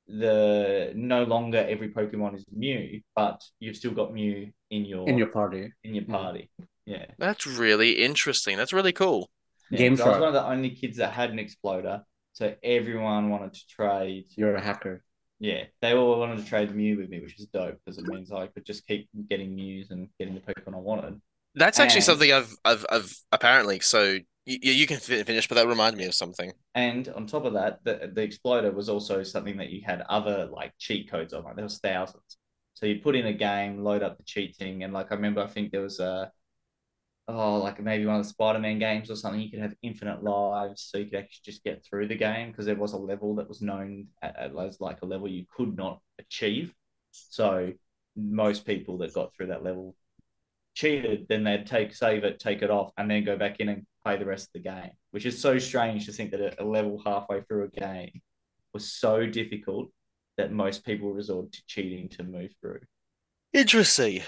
S1: the no longer every Pokemon is Mew, but you've still got Mew in your
S2: In your party,
S1: in your party. Yeah.
S3: That's really interesting. That's really cool.
S1: yeah.
S2: Game
S1: So I was
S2: Shark.
S1: one of the only kids that had an Exploder, so everyone wanted to trade.
S2: you're a hacker.
S1: Yeah, they all wanted to trade Mew with me, which is dope because it means I could just keep getting Mews and getting the Pokemon I wanted.
S3: That's actually
S1: And-
S3: something I've, I've, I've apparently. So you, you can fi- finish, but that reminded me of something.
S1: And on top of that, the, the Exploder was also something that you had other like cheat codes on. Like there was thousands. So you put in a game, load up the cheating, and like I remember, I think there was a oh like maybe one of the Spider-Man games or something. You could have infinite lives, so you could actually just get through the game because there was a level that was known at, at- as like a level you could not achieve. So most people that got through that level cheated, then they'd take save it, take it off, and then go back in and play the rest of the game. Which is so strange to think that a, a level halfway through a game was so difficult that most people resort to cheating to move through.
S3: Interesting.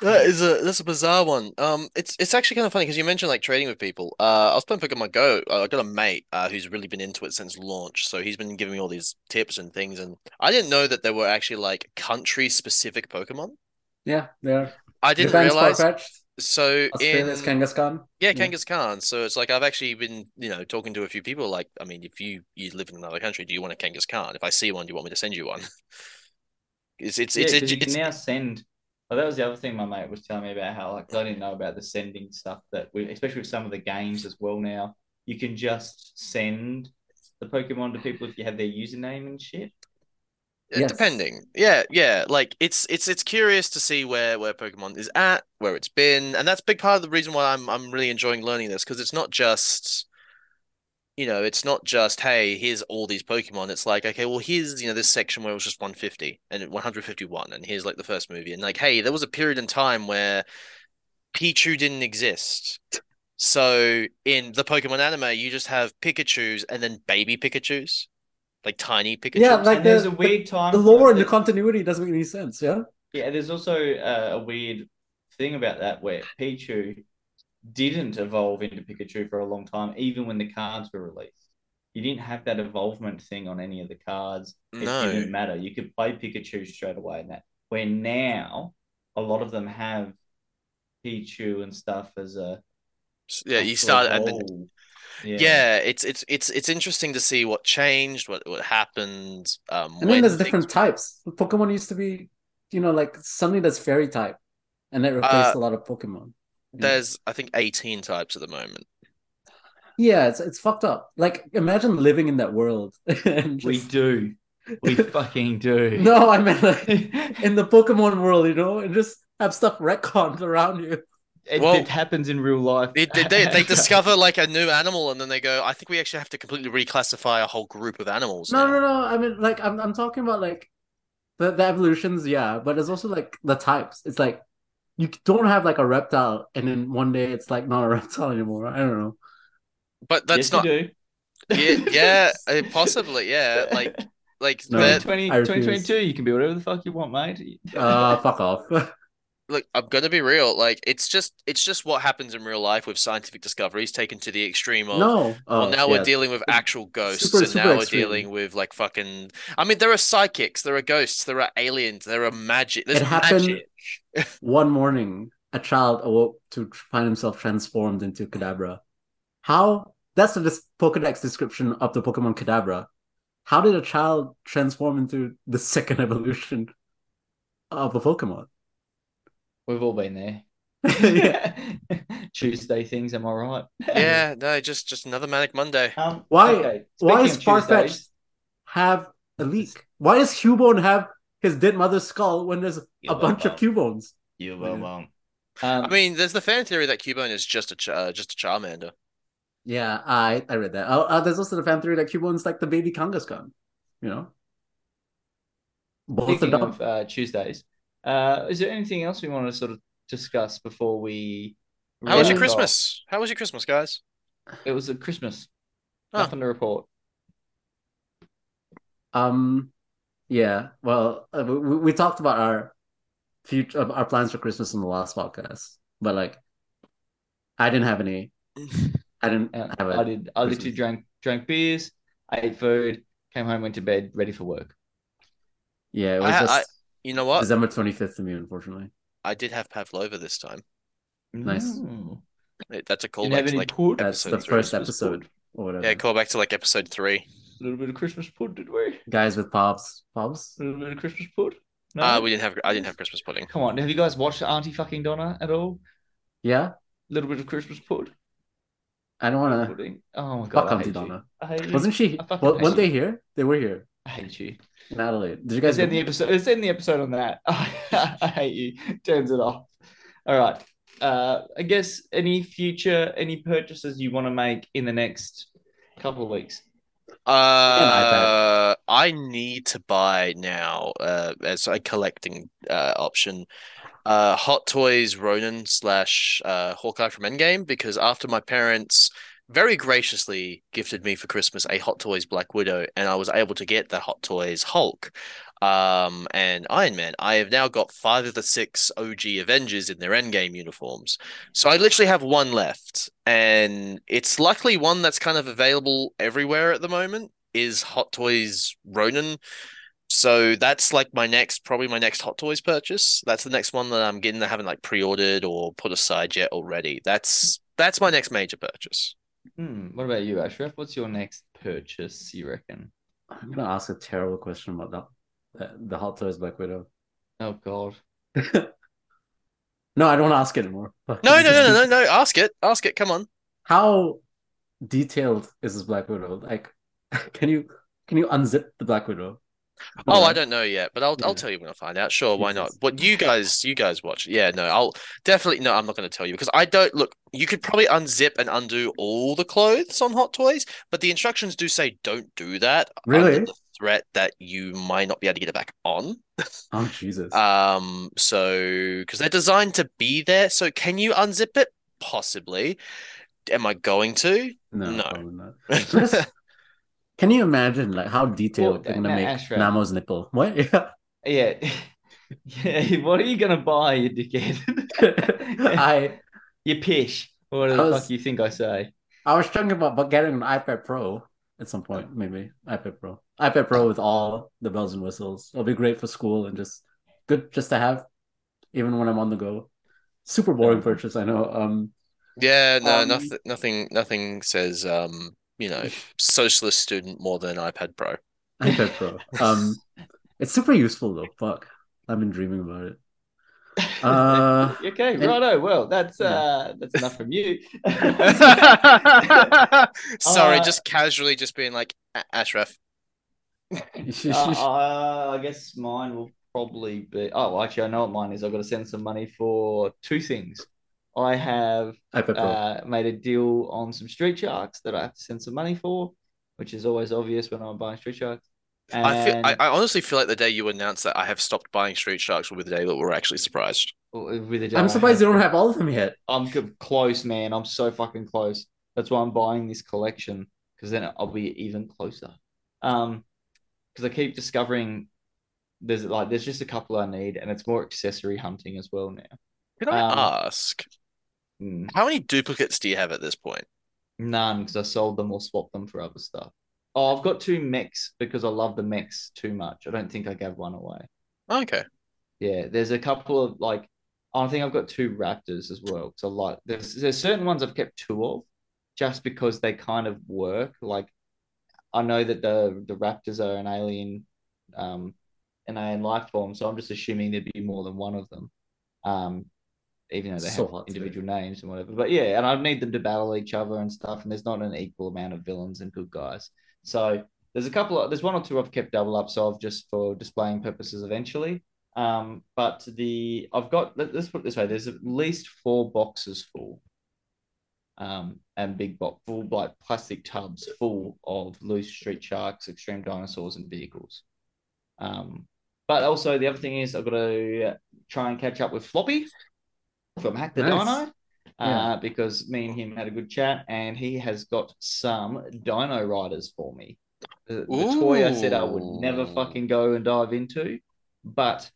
S3: That is a that's a bizarre one. Um, it's it's actually kind of funny because you mentioned like trading with people. Uh, I was playing Pokemon Go. Uh, I got a mate uh, who's really been into it since launch, so he's been giving me all these tips and things. And I didn't know that there were actually like country specific Pokemon.
S2: Yeah, they are.
S3: I didn't
S2: Japan's
S3: realize.
S2: Farfetch'd,
S3: So
S2: Australia's
S3: in
S2: Kangaskhan.
S3: yeah,
S2: Yeah.
S3: Kangaskhan. So it's like I've actually been you know talking to a few people. Like, I mean, if you you live in another country, do you want a Kangaskhan? If I see one, do you want me to send you one? It's it's
S1: Yeah,
S3: it's
S1: 'cause
S3: it's,
S1: you can
S3: it's
S1: now send. Well, that was the other thing my mate was telling me about how like 'cause I didn't know about the sending stuff that we, especially with some of the games as well now, you can just send the Pokemon to people if you have their username and shit.
S3: Uh,
S2: Yes.
S3: Depending. Yeah, yeah. Like it's it's it's curious to see where where Pokemon is at, where it's been, and that's a big part of the reason why I'm I'm really enjoying learning this because it's not just you know, it's not just hey, here's all these Pokemon. It's like okay, well here's you know this section where it was just 150 and it- 151 and here's like the first movie and like hey, there was a period in time where Pichu didn't exist. So in the Pokemon anime, you just have Pikachu's and then baby Pikachu's, like tiny Pikachu's.
S2: Yeah, like
S1: and there's
S2: the-
S1: a weird time.
S2: The lore and the
S1: there's-
S2: continuity doesn't make any sense. Yeah.
S1: Yeah, there's also uh, a weird thing about that where Pichu didn't evolve into Pikachu for a long time, even when the cards were released. You didn't have that evolvement thing on any of the cards.
S3: No.
S1: It didn't matter. You could play Pikachu straight away and that. Where now, a lot of them have Pichu and stuff as a.
S3: yeah, you
S1: actual
S3: start at the
S1: goal.
S3: yeah. it's it's it's it's interesting to see what changed, what what happened. Um,
S2: And
S3: when
S2: then there's
S3: things-
S2: different types. Pokemon used to be, you know, like suddenly there's fairy type, and that
S3: Uh,
S2: replaced a lot of Pokemon. Yeah.
S3: There's I think 18 types at the moment.
S2: Yeah, it's it's fucked up. Like imagine living in that world. and
S1: We
S2: just-
S1: do. We fucking do.
S2: No, I meant like in the Pokemon world, you know, and just have stuff retconned around you.
S1: It,
S3: Well-
S1: it happens in real life.
S3: They, they, they, they discover like a new animal and then they go, I think we actually have to completely reclassify a whole group of animals.
S2: No,
S3: now."
S2: no, no. I mean, like I'm I'm talking about like the the evolutions, yeah, but there's also like the types. It's like you don't have like a reptile, and then one day it's like not a reptile anymore. I don't know.
S3: But
S1: yes,
S3: that's
S1: you
S3: not
S1: do.
S3: yeah, yeah, uh, possibly, yeah. Like like
S2: No.
S3: they're-
S1: 20,
S2: I refuse.
S1: 2022, you can be whatever the fuck you want, mate.
S2: Uh, fuck off.
S3: look i'm gonna be real like it's just it's just what happens in real life with scientific discoveries taken to the extreme of
S2: no.
S3: well
S2: Oh,
S3: now
S2: yeah.
S3: we're dealing with actual ghosts
S2: super,
S3: and
S2: super
S3: now we're
S2: extreme.
S3: dealing with like fucking i mean there are psychics there are ghosts there are aliens there are magic there's
S2: It happened-
S3: magic
S2: One morning, a child awoke to tr- find himself transformed into Kadabra. How? That's the dis- Pokedex description of the Pokemon Kadabra. How did a child transform into the second evolution of a Pokemon?
S1: We've all been there.
S2: Yeah.
S1: Tuesday things, am I right?
S3: yeah no just just another manic monday
S1: Um,
S2: Why-
S1: speaking
S2: Why does
S1: of Tuesdays,
S2: Farfetch'd have a leak? Why does Cubone have his dead mother's skull when there's
S1: Yeah,
S2: a bunch of
S1: well,
S2: Cubones?
S1: You
S2: will
S1: Um,
S3: i mean there's the fan theory that cubone is just a ch- uh, just a charmander
S2: Yeah, I I read that. Oh, uh, there's also the fan theory that Cubone's like the baby Kangaskhan, you know. Both
S1: speaking
S2: adult
S1: of uh, Tuesdays, uh, is there anything else we want to sort of discuss before we?
S3: how was
S1: round
S3: your
S2: Yeah.
S1: off?
S3: christmas how was your christmas guys
S1: It was a Christmas.
S3: Oh.
S1: Nothing to report.
S2: Um, yeah. Well, uh, we we we talked about our future, uh, our plans for Christmas in the last podcast, but like, I didn't have any. I didn't
S1: Uh,
S2: have
S1: I
S2: it.
S1: did. I literally
S2: Christmas.
S1: drank drank beers, I ate food, came home, went to bed, ready for work.
S2: Yeah, it
S3: I uh,
S2: was
S3: ha-
S2: just
S3: you know what
S2: December 25th to me, unfortunately.
S3: i did have pavlova this time
S2: Nice.
S1: Mm.
S3: It- that's a
S1: Didn't have
S3: callback to
S1: any
S3: like
S1: pud?
S2: That's the
S3: episode three.
S2: first
S1: Christmas
S2: episode
S1: pud.
S2: or whatever.
S3: yeah callback to like episode three
S1: A little bit of Christmas pud, did we?
S2: Guys with pops, pops.
S3: Mm.
S1: A little bit of Christmas pud. No.
S3: Uh, we didn't have. I didn't have Christmas pudding.
S1: Come on, have you guys watched Auntie Fucking Donna at all?
S2: Yeah,
S1: A little bit of Christmas pud.
S2: I don't wanna
S1: pudding. Oh my god,
S2: Uh, fuck
S1: I
S2: Auntie
S1: hate
S2: Donna.
S1: you. I hate
S3: Mm.
S1: you.
S2: Wasn't she?
S1: I fucking
S2: Well,
S1: hate
S2: weren't
S1: you.
S2: they here? They were here
S1: I hate you.
S2: in Adelaide. Did you guys?
S1: It's in
S2: go-
S1: the episode. It's in the episode on that. I hate you. Turns it off. All right. Uh, I guess any future any purchases you want to make in the next couple of weeks.
S3: Uh, I need to buy now uh, as a collecting uh, option. Uh, Hot Toys Ronan slash uh, Hawkeye from Endgame because after my parents very graciously gifted me for Christmas a Hot Toys Black Widow and I was able to get the Hot Toys Hulk um, and Iron Man. I have now got five of the six OG Avengers in their Endgame uniforms. So I literally have one left, and it's luckily one that's kind of available everywhere at the moment is Hot Toys Ronin. So that's like my next, probably my next Hot Toys purchase. That's the next one that I'm getting that I haven't like pre-ordered or put aside yet already. That's that's my next major purchase.
S1: Hmm, what about you, Ashraf? What's your next purchase? You reckon?
S2: I'm gonna ask a terrible question about that. The, the hot toys Black Widow.
S1: Oh God.
S2: No, I don't want to ask anymore.
S3: No, no, no, no, no, no. Ask it. Ask it. Come on.
S2: How detailed is this Black Widow? Like, can you can you unzip the Black Widow?
S3: Oh, I don't know yet, but I'll I'll
S2: Yeah.
S3: tell you when I find out. Sure, why not?
S2: Jesus.
S3: What you guys you guys watch? Yeah, no, I'll definitely no. I'm not going to tell you because I don't look. You could probably unzip and undo all the clothes on Hot Toys, but the instructions do say don't do that. under
S2: Really?
S3: the threat that you might not be able to get it back on.
S2: Oh Jesus!
S3: Um, so because they're designed to be there, so can you unzip it? Possibly. am I going to?
S2: No,
S3: No.
S2: probably not. Just- Can you imagine like how detailed they're
S1: Well, Na-
S2: gonna make
S1: Ashra.
S2: Namo's nipple? What? Yeah.
S1: Yeah. yeah. What are you gonna buy, you dickhead?
S2: I
S1: you pish. What
S2: I
S1: the
S2: was-
S1: fuck you think I say?
S2: I was talking about but getting an iPad Pro at some point, maybe iPad Pro, iPad Pro with all the bells and whistles. It'll be great for school and just good just to have, even when I'm on the go. Super boring purchase, I know. Um,
S3: Yeah, no,
S2: Um,
S3: nothing, nothing, nothing says um, you know, socialist student more than iPad Pro.
S2: iPad Pro. Um, it's super useful though. Fuck, I've been dreaming about it. Uh,
S1: okay,
S2: and-
S1: righto. Well, that's
S2: Yeah.
S1: uh, that's enough from you.
S3: Sorry,
S1: Uh,
S3: just casually, just being like "A- Ashraf.
S1: Uh, uh, I guess mine will probably be. Oh, actually, I know what mine is. I've got to send some money for two things. I have
S2: iPad Pro.
S1: uh, made a deal on some street sharks that I have to send some money for, which is always obvious when I'm buying street sharks. And
S3: I feel, I, I honestly feel like the day you announced that I have stopped buying Street Sharks will be the day that we're actually surprised.
S1: with a
S2: I'm surprised you don't have all of them yet.
S1: I'm c- close, man. I'm so fucking close. That's why I'm buying this collection because then I'll be even closer. Um, because I keep discovering there's like there's just a couple I need, and it's more accessory hunting as well now.
S3: Can I
S1: Um,
S3: ask
S1: Mm.
S3: how many duplicates do you have at this point?
S1: None because I sold them or swapped them for other stuff. Oh, I've got two mechs because I love the mechs too much. I don't think I gave one away.
S3: Okay,
S1: Yeah, there's a couple of like, I think I've got two Raptors as well. So like, there's there's certain ones I've kept two of, just because they kind of work. Like, I know that the the Raptors are an alien, um, an alien life form. So I'm just assuming there'd be more than one of them, um, even though they
S2: So
S1: have
S2: hard to-
S1: individual names and whatever. But yeah, and I need them to battle each other and stuff. And there's not an equal amount of villains and good guys. So there's a couple of there's one or two I've kept double ups of just for displaying purposes eventually. Um, but the I've got let, let's put it this way: there's at least four boxes full, um, and big box full like plastic tubs full of loose street sharks, extreme dinosaurs, and vehicles. Um, but also the other thing is I've got to try and catch up with Floppy from Hack the
S2: Nice.
S1: Dino.
S2: Yeah.
S1: Uh, because me and him had a good chat, and he has got some Dino Riders for me. The, the toy I said I would never
S3: Ooh.
S1: fucking go and dive into, but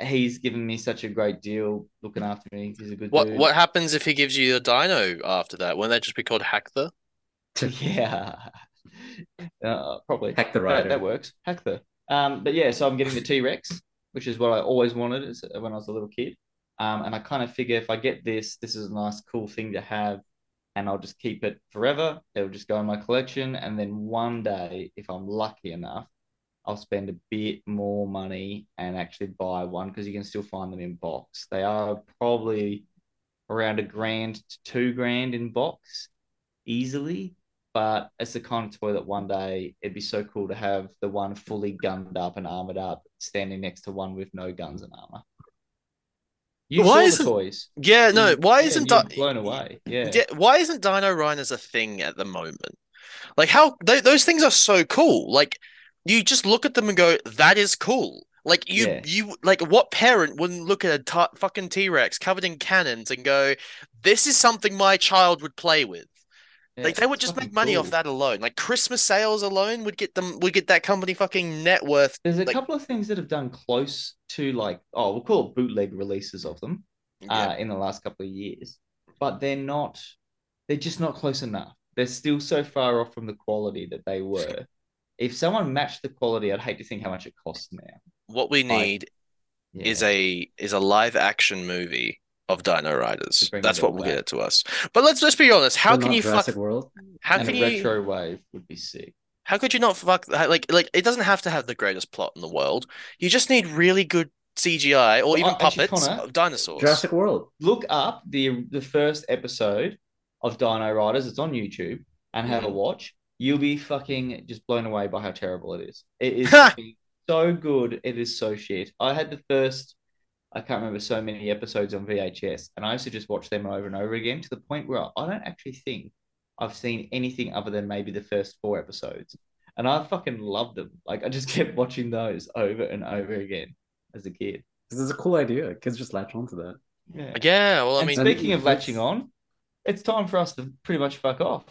S1: he's given me such a great deal looking after me. He's a good
S3: what
S1: dude.
S3: what happens if he gives you a Dino after that? Won't that just be called Hacker?
S1: Yeah, uh, probably
S2: Hack the
S1: that,
S2: rider.
S1: that works. Hack the. Um, but yeah, so I'm getting the T Rex, which is what I always wanted as, when I was a little kid. Um, and I kind of figure if I get this, this is a nice, cool thing to have, and I'll just keep it forever. It'll just go in my collection, and then one day, if I'm lucky enough, I'll spend a bit more money and actually buy one because you can still find them in box. They are probably around a grand to two grand in box easily, but it's the kind of toy that one day it'd be so cool to have the one fully gunned up and armored up standing next to one with no guns and armor. You
S3: Why
S1: saw
S3: is
S1: the
S3: it-
S1: toys.
S3: Yeah, no.
S1: You-
S3: Why
S1: Mm, yeah,
S3: isn't
S1: you were
S3: Di-
S1: blown away? Yeah.
S3: Yeah, why isn't Dino Rhinos a thing at the moment? Like how th- those things are so cool. Like you just look at them and go, "That is cool." Like you,
S1: Yeah.
S3: you like what parent wouldn't look at a t- fucking T Rex covered in cannons and go, "This is something my child would play with."
S1: Yeah,
S3: like they would
S1: it's
S3: just
S1: fucking
S3: make money off
S1: cool.
S3: that alone. Like Christmas sales alone would get them, would get that company fucking net worth.
S1: There's a
S3: like-
S1: couple of things that have done close to like, oh, we'll call it bootleg releases of them.
S3: Yeah.
S1: uh, in the last couple of years, but they're not. They're just not close enough. They're still so far off from the quality that they were. If someone matched the quality, I'd hate to think how much it costs now.
S3: what we
S1: like,
S3: need
S1: Yeah.
S3: is a is a live action movie of Dino Riders.
S1: To bring
S3: That's
S1: them
S3: what will get
S1: back.
S3: it to us. But let's let's be honest. How
S2: But
S3: can
S2: not
S3: you fuck?
S2: Jurassic World?
S3: How
S1: and
S3: can
S1: a
S3: you?
S1: retro wave would be sick.
S3: How could you not fuck that? Like, like it doesn't have to have the greatest plot in the world. You just need really good CGI or
S1: Well,
S3: even
S1: I- actually,
S3: puppets
S1: Connor,
S3: of dinosaurs.
S2: Jurassic World.
S1: Look up the the first episode of Dino Riders. It's on YouTube and have a watch. You'll be fucking just blown away by how terrible it is. It is fucking so good. It is so shit. I had the first, I can't remember so many episodes on VHS, and I used to just watch them over and over again to the point where I don't actually think I've seen anything other than maybe the first four episodes. And I fucking loved them. Like I just kept watching those over and over again as a kid.
S2: This is a cool idea. Kids just latch onto that.
S1: Yeah.
S3: Yeah, well, I
S1: and
S3: mean,
S2: so-
S1: speaking
S2: And
S1: of latching
S2: let's-
S1: on, it's time for us to pretty much fuck off.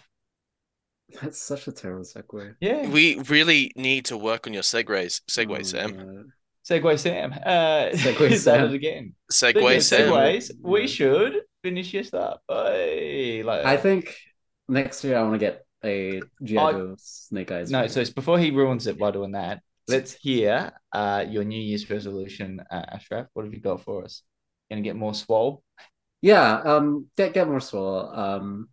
S2: That's such a terrible segue.
S1: Yeah.
S3: We really need to work on your segues, segue,
S1: Hmm.
S2: Oh,
S3: Sam.
S2: God.
S1: Segway Sam. Uh,
S2: Segway
S1: is at
S2: Sam.
S1: it again. Speaking
S3: Segue,
S1: of
S3: Sam.
S2: segue.
S1: Segways, we should finish this up. Hey, like,
S3: Uh,
S2: I think next year I want to get a G.I. Joe Snake Eyes.
S1: no,
S2: one.
S1: so it's before he ruins it by doing that. Let's hear uh, your New Year's resolution, uh, Ashraf. What have you got for us? Gonna get more swole?
S2: yeah, um, get get more swole. Um,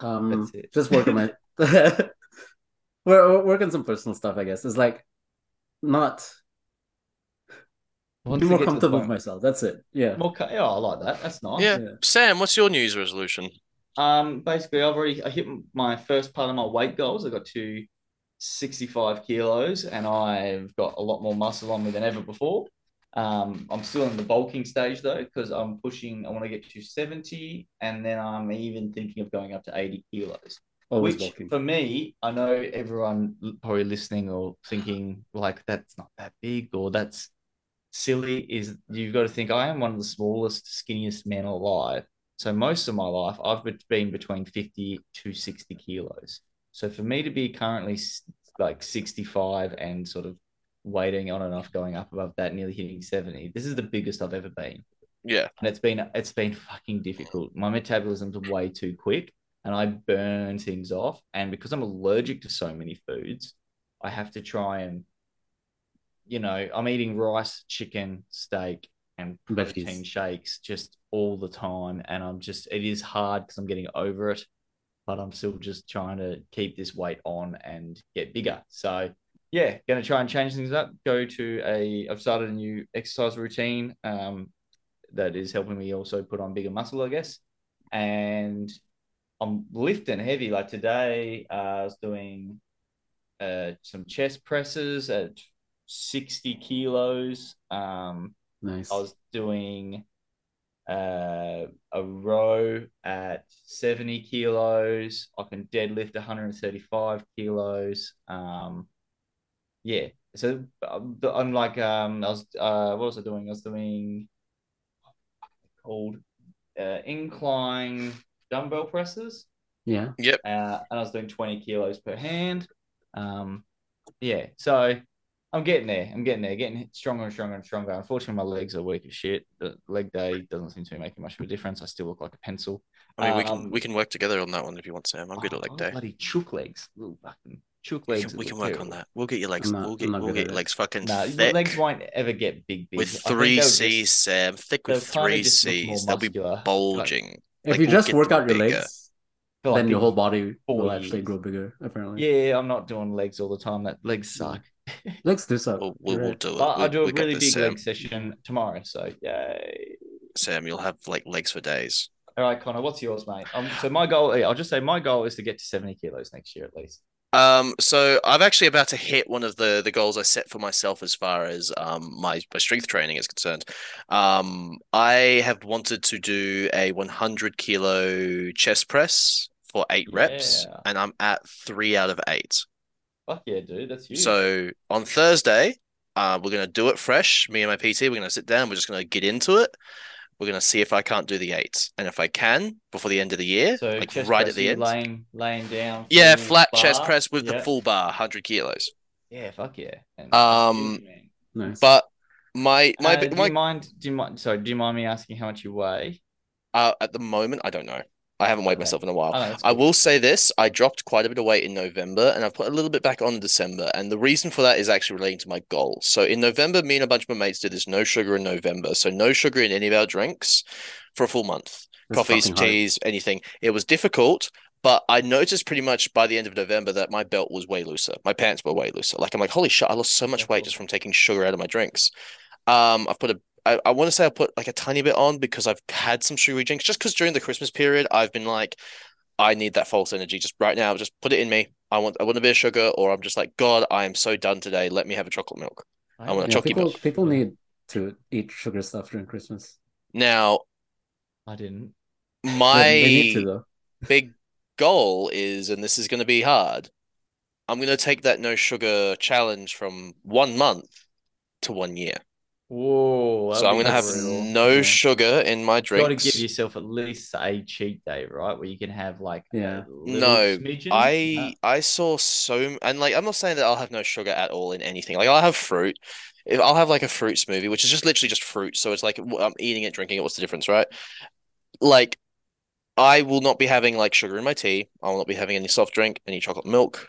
S2: um,
S1: That's it.
S2: just work on my we're, we're working some personal stuff. I guess it's like not
S1: Once
S2: be
S1: we
S2: more
S1: get to the
S2: comfortable with
S1: point-
S2: myself. That's it. Yeah.
S1: More co- yeah, I like that. That's nice.
S3: Yeah.
S2: Yeah.
S3: Sam, what's your New Year's resolution?
S1: Um, basically, I've already I hit my first part of my weight goals. I got to 65 kilos, and I've got a lot more muscle on me than ever before. Um, I'm still in the bulking stage though, because I'm pushing. I want to get to 70, and then I'm even thinking of going up to 80 kilos.
S2: Always
S1: which
S2: walking.
S1: for me, I know everyone l- probably listening or thinking like that's not that big or that's silly. Is you've got to think I am one of the smallest, skinniest men alive. So most of my life, I've bet- been between 50 to 60 kilos. So for me to be currently s- like 65 and sort of waiting on and off, going up above that, nearly hitting 70, this is the biggest I've ever been
S3: Yeah.
S1: and it's been it's been fucking difficult. My metabolism's way too quick, and I burn things off. And because I'm allergic to so many foods, I have to try and, you know, I'm eating rice, chicken, steak, and
S2: Veggies.
S1: protein shakes just all the time, and I'm just it is hard because I'm getting over it, but I'm still just trying to keep this weight on and get bigger. So yeah, going to try and change things up. Go to a, I've started a new exercise routine um, that is helping me also put on bigger muscle, I guess. And I'm lifting heavy. Like today, uh, I was doing uh, some chest presses at 60 kilos. Um,
S2: nice.
S1: I was doing uh, a row at 70 kilos. I can deadlift 135 kilos. Um, yeah. So um, the- I'm like, um, I was, uh, what was I doing? I was doing called uh, incline dumbbell presses.
S2: yeah.
S1: Uh, and I was doing 20 kilos per hand. Um, yeah, so I'm getting there. I'm getting there, getting stronger and stronger and stronger. Unfortunately, my legs are weak as shit. The leg day doesn't seem to be making much of a difference. I still look like a pencil.
S3: I mean, we
S1: Um,
S3: can we can work together on that one if you want, Sam. I'm good
S1: Oh,
S3: at leg
S1: I've
S3: day.
S1: got Bloody chook legs. Little fucking chook
S3: We
S1: legs.
S3: can,
S1: that
S3: we
S1: look
S3: can work on
S1: terrible.
S3: that. We'll get your legs.
S2: I'm not-
S3: we'll
S2: I'm
S3: get
S2: not
S3: we'll
S2: good
S3: get
S2: at
S3: your
S2: it.
S3: legs fucking
S1: Nah, your
S3: thick
S1: legs won't ever get big, big.
S3: with
S1: I think they'll
S3: three
S1: just-
S3: C's, Sam. Thick
S1: they'll
S3: with
S1: kinda
S3: three
S1: just look more
S3: C's. They'll be
S1: muscular. Like,
S3: bulging.
S2: If
S3: Like,
S2: you
S3: we'll
S2: just
S3: get
S2: work out your
S3: bigger.
S2: legs,
S1: feel like
S2: then your
S1: big-
S2: whole body will
S1: four
S2: actually
S1: years.
S2: grow bigger, apparently.
S1: Yeah, I'm not doing legs all the time. That legs suck.
S2: Legs do suck.
S3: We'll we'll,
S2: You're
S3: we'll
S2: right.
S3: do it.
S1: But
S3: We'll-
S1: I do a
S3: we got
S1: really
S3: this,
S1: big
S3: Sam.
S1: leg session tomorrow. So yay.
S3: Sam, you'll have like legs for days.
S1: All right, Connor, what's yours, mate? Um, so my goal, I'll just say my goal is to get to 70 kilos next year at least.
S3: Um, so I'm actually about to hit one of the the goals I set for myself as far as um my, my strength training is concerned. Um, I have wanted to do a 100 kilo chest press for eight reps,
S1: Yeah.
S3: and I'm at three out of eight.
S1: Fuck yeah, dude, that's huge.
S3: So on Thursday, uh, we're gonna do it fresh. Me and my PT, we're gonna sit down. We're just gonna get into it. We're gonna see if I can't do the eight, and if I can before the end of the year,
S1: so
S3: like
S1: chest
S3: right
S1: press,
S3: at the
S1: you
S3: end.
S1: laying, laying down.
S3: Yeah,
S1: full
S3: flat chest
S1: bar.
S3: press with the
S1: Yeah.
S3: full bar, 100 kilos.
S1: Yeah, fuck yeah. And
S3: Um,
S1: man.
S2: Nice.
S3: But my my
S1: Uh,
S3: big-
S1: do
S3: my
S1: you mind? Do you mind? Sorry, do you mind me asking how much you weigh?
S3: uh, at the moment, I don't know. I haven't weighed
S1: Okay.
S3: myself in a while.
S1: Oh, that's
S3: I
S1: cool.
S3: will say this: I dropped quite a bit of weight in November, and I've put a little bit back on in December. And the reason for that is actually relating to my goal. So in November, me and a bunch of my mates did this no sugar in November, so no sugar in any of our drinks for a full month.
S2: That's
S3: coffees,
S2: fucking hard.
S3: teas, anything. It was difficult, but I noticed pretty much by the end of November that my belt was way looser. My pants were way looser. Like I'm like, holy shit, I lost so much
S1: That's
S3: weight
S1: awesome.
S3: just from taking sugar out of my drinks. Um, I've put a I, I want to say I put like a tiny bit on because I've had some sugary drinks just because during the Christmas period I've been like, I need that false energy just right now. Just put it in me. I want I want a bit of sugar, or I'm just like, God, I am so done today. Let me have a chocolate milk. I want a
S2: Yeah,
S3: chocolate
S2: people
S3: milk.
S2: people need to eat sugar stuff during Christmas.
S3: Now,
S1: I didn't.
S2: They-
S3: my
S2: they need to though.
S3: big goal is, and this is going to be hard, I'm going to take that no sugar challenge from one month to one year.
S1: Whoa, well.
S3: so I'm gonna have
S1: because
S2: Overall,
S3: no
S2: yeah.
S3: sugar in my
S1: You've got to
S3: drinks.
S1: give yourself at least a cheat day, right? Where you can have like a
S2: Yeah.
S1: little
S3: No,
S1: smidgen. Uh,
S3: I I saw so m- and like I'm not saying that I'll have no sugar at all in anything. Like I'll have fruit. If I'll have like a fruit smoothie, which is just literally just fruit. So it's like w- I'm eating it, drinking it. What's the difference, right? Like I will not be having like sugar in my tea. I will not be having any soft drink, any chocolate milk,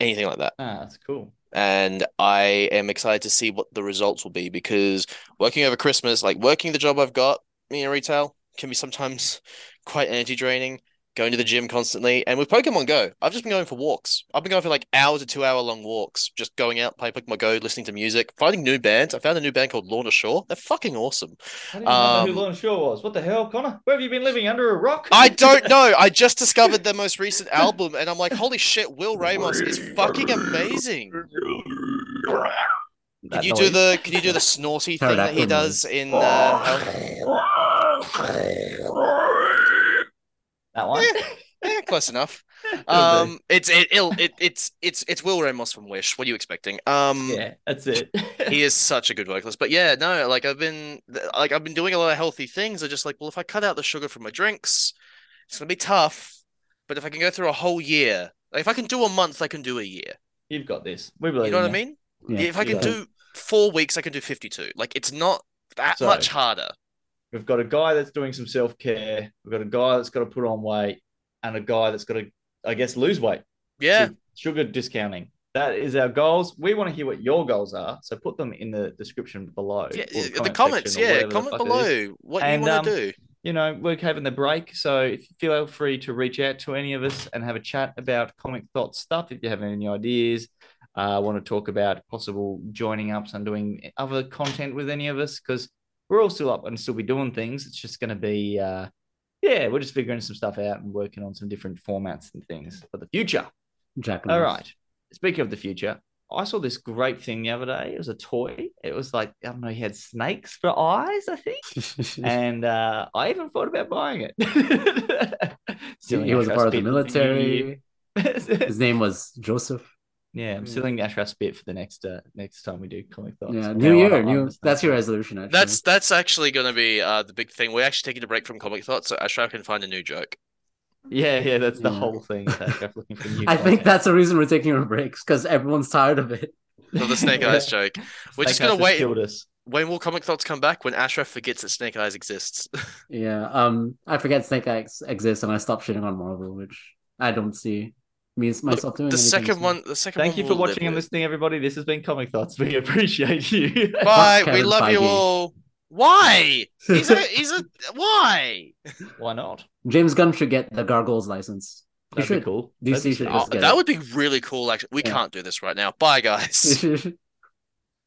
S3: anything like that.
S1: ah, that's cool.
S3: And I am excited to see what the results will be because working over Christmas, like working the job I've got in retail, can be sometimes quite energy draining. Going to the gym constantly, and with Pokemon Go, I've just been going for walks. I've been going for like hour to two hour long walks, just going out, playing Pokemon Go, listening to music, finding new bands. I found a new band called Lorna Shore. They're fucking awesome.
S1: I didn't know
S3: Um,
S1: who Lorne Shaw was. What the hell, Connor? Where have you been living under a rock?
S3: I don't know. I just discovered their most recent album, and I'm like, holy shit, Will Ramos is fucking amazing. Can
S2: That
S3: you do
S2: noise.
S3: the can you do the snorty thing that he
S2: Pterodactyl
S3: does in uh, Hell-
S1: that one.
S3: eh, close enough.
S1: It'll do.
S3: Um it's it, it'll, it it's it's it's Will Ramos from Wish. What are you expecting? Um
S1: yeah, that's it.
S3: he is such a good vocalist. But yeah, no, like I've been th- like I've been doing a lot of healthy things. I just like, well, if I cut out the sugar from my drinks, it's gonna be tough. But if I can go through a whole year, like if I can do a month, I can do a year.
S1: You've got this. We believe.
S3: You know
S1: in
S3: what I mean?
S2: Yeah.
S3: if I can
S1: Yeah.
S3: do four weeks, I can do fifty-two. Like it's not that
S1: So-
S3: much harder.
S1: We've got a guy that's doing some self care. We've got a guy that's got to put on weight, and a guy that's got to, I guess, lose weight.
S3: Yeah,
S1: with Sugar discounting. That is our goals. We want to hear what your goals are, so put them in the description below.
S3: yeah.
S1: or
S3: the
S1: comment
S3: comments,
S1: section or
S3: yeah.
S1: whatever the
S3: Comment
S1: fuck it is.
S3: below what
S1: And,
S3: you want
S1: um,
S3: to do.
S1: You know, we're having the break, so if- feel free to reach out to any of us and have a chat about comic thought stuff. If you have any ideas, uh, want to talk about possible joining ups and doing other content with any of us, because we're all still up and still be doing things. It's just going to be, uh, yeah, we're just figuring some stuff out and working on some different formats and things for the future.
S2: Japanese.
S1: All right. Speaking of the future, I saw this great thing the other day. It was a toy. It was like, I don't know, he had snakes for eyes, I think. And uh, I even thought about buying it.
S2: he,
S1: Silly
S2: he was a
S1: Ash, I
S2: part of the
S1: spit for year.
S2: military. His name was Joseph.
S1: yeah, I'm stealing Ash Raspit for the next uh, next time we do comic thoughts.
S2: Yeah,
S1: From
S2: New
S1: now on,
S2: Year,
S1: I'm
S2: new.
S1: just-
S2: That's your resolution. Actually,
S3: That's that's actually going to be uh, the big thing. We're actually taking a break from comic thoughts, so Ashraf can find a new joke.
S1: yeah, yeah. That's the
S2: Yeah.
S1: whole thing. is Ash Raf looking for new
S2: I think
S1: content.
S2: that's the reason we're taking our breaks because everyone's tired of it.
S3: Not the snake eyes joke. We're just
S1: Snake
S3: gonna
S1: Eyes has
S3: wait-
S1: Killed us.
S3: When will comic thoughts come back? When Ashraf forgets that snake eyes exists.
S2: Yeah. Um, I forget Snake Eyes exists, and I stopped shitting on Marvel, which I don't see me myself doing.
S3: the
S2: anything
S3: second
S2: soon.
S3: one. The second.
S1: Thank
S3: one
S1: you for
S3: will live
S1: watching and
S3: with.
S1: listening, everybody. This has been Comic Thoughts. We appreciate you.
S3: Bye.
S2: Fuck
S3: we
S2: Kevin
S3: love you
S2: Feige.
S3: all. Why? He's a. He's a. Why?
S1: Why not?
S2: James Gunn should get the Gargoyles license. He
S1: That'd be
S2: should.
S1: cool.
S2: DC
S1: That'd be
S2: should
S1: sick.
S2: just
S3: Oh,
S2: get
S3: that
S2: it.
S3: would be really cool. Actually, we
S2: Yeah.
S3: can't do this right now. Bye, guys.
S2: should.